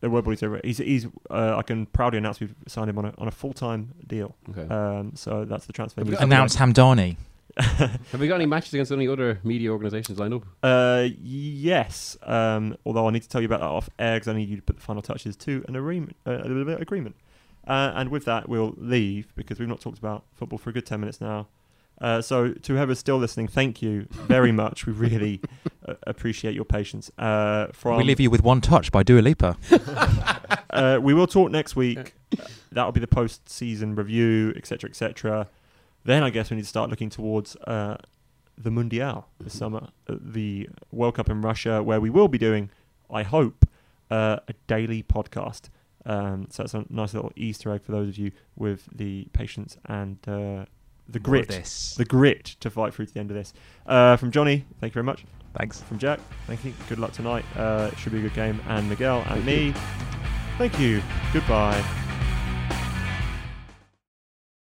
there were bodies everywhere. He's, he's uh, I can proudly announce we've signed him on a, on a full time deal.
Okay.
Um, so that's the transfer.
Have we
news.
got
Announce Hamdani.
Have we got any matches against any other media organisations lined up?
Uh, yes. Um, although I need to tell you about that off air because I need you to put the final touches to an agreement. Uh, a little bit of agreement. Uh, and with that, we'll leave because we've not talked about football for a good ten minutes now. Uh, so to whoever's still listening, thank you very much. We really uh, appreciate your patience. Uh, from
we leave you with one touch by Dua Lipa.
uh, we will talk next week. That'll be the post-season review, etc., etc. Then I guess we need to start looking towards uh, the Mundial this summer, uh, the World Cup in Russia, where we will be doing, I hope, uh, a daily podcast. Um, so that's a nice little Easter egg for those of you with the patience and uh, the
More of
grit,
This.
the grit to fight through to the end of this. Uh, from Johnny, thank you very much.
Thanks.
From Jack, thank you. Good luck tonight. Uh, it should be a good game. And Miguel and me, thank you. Goodbye.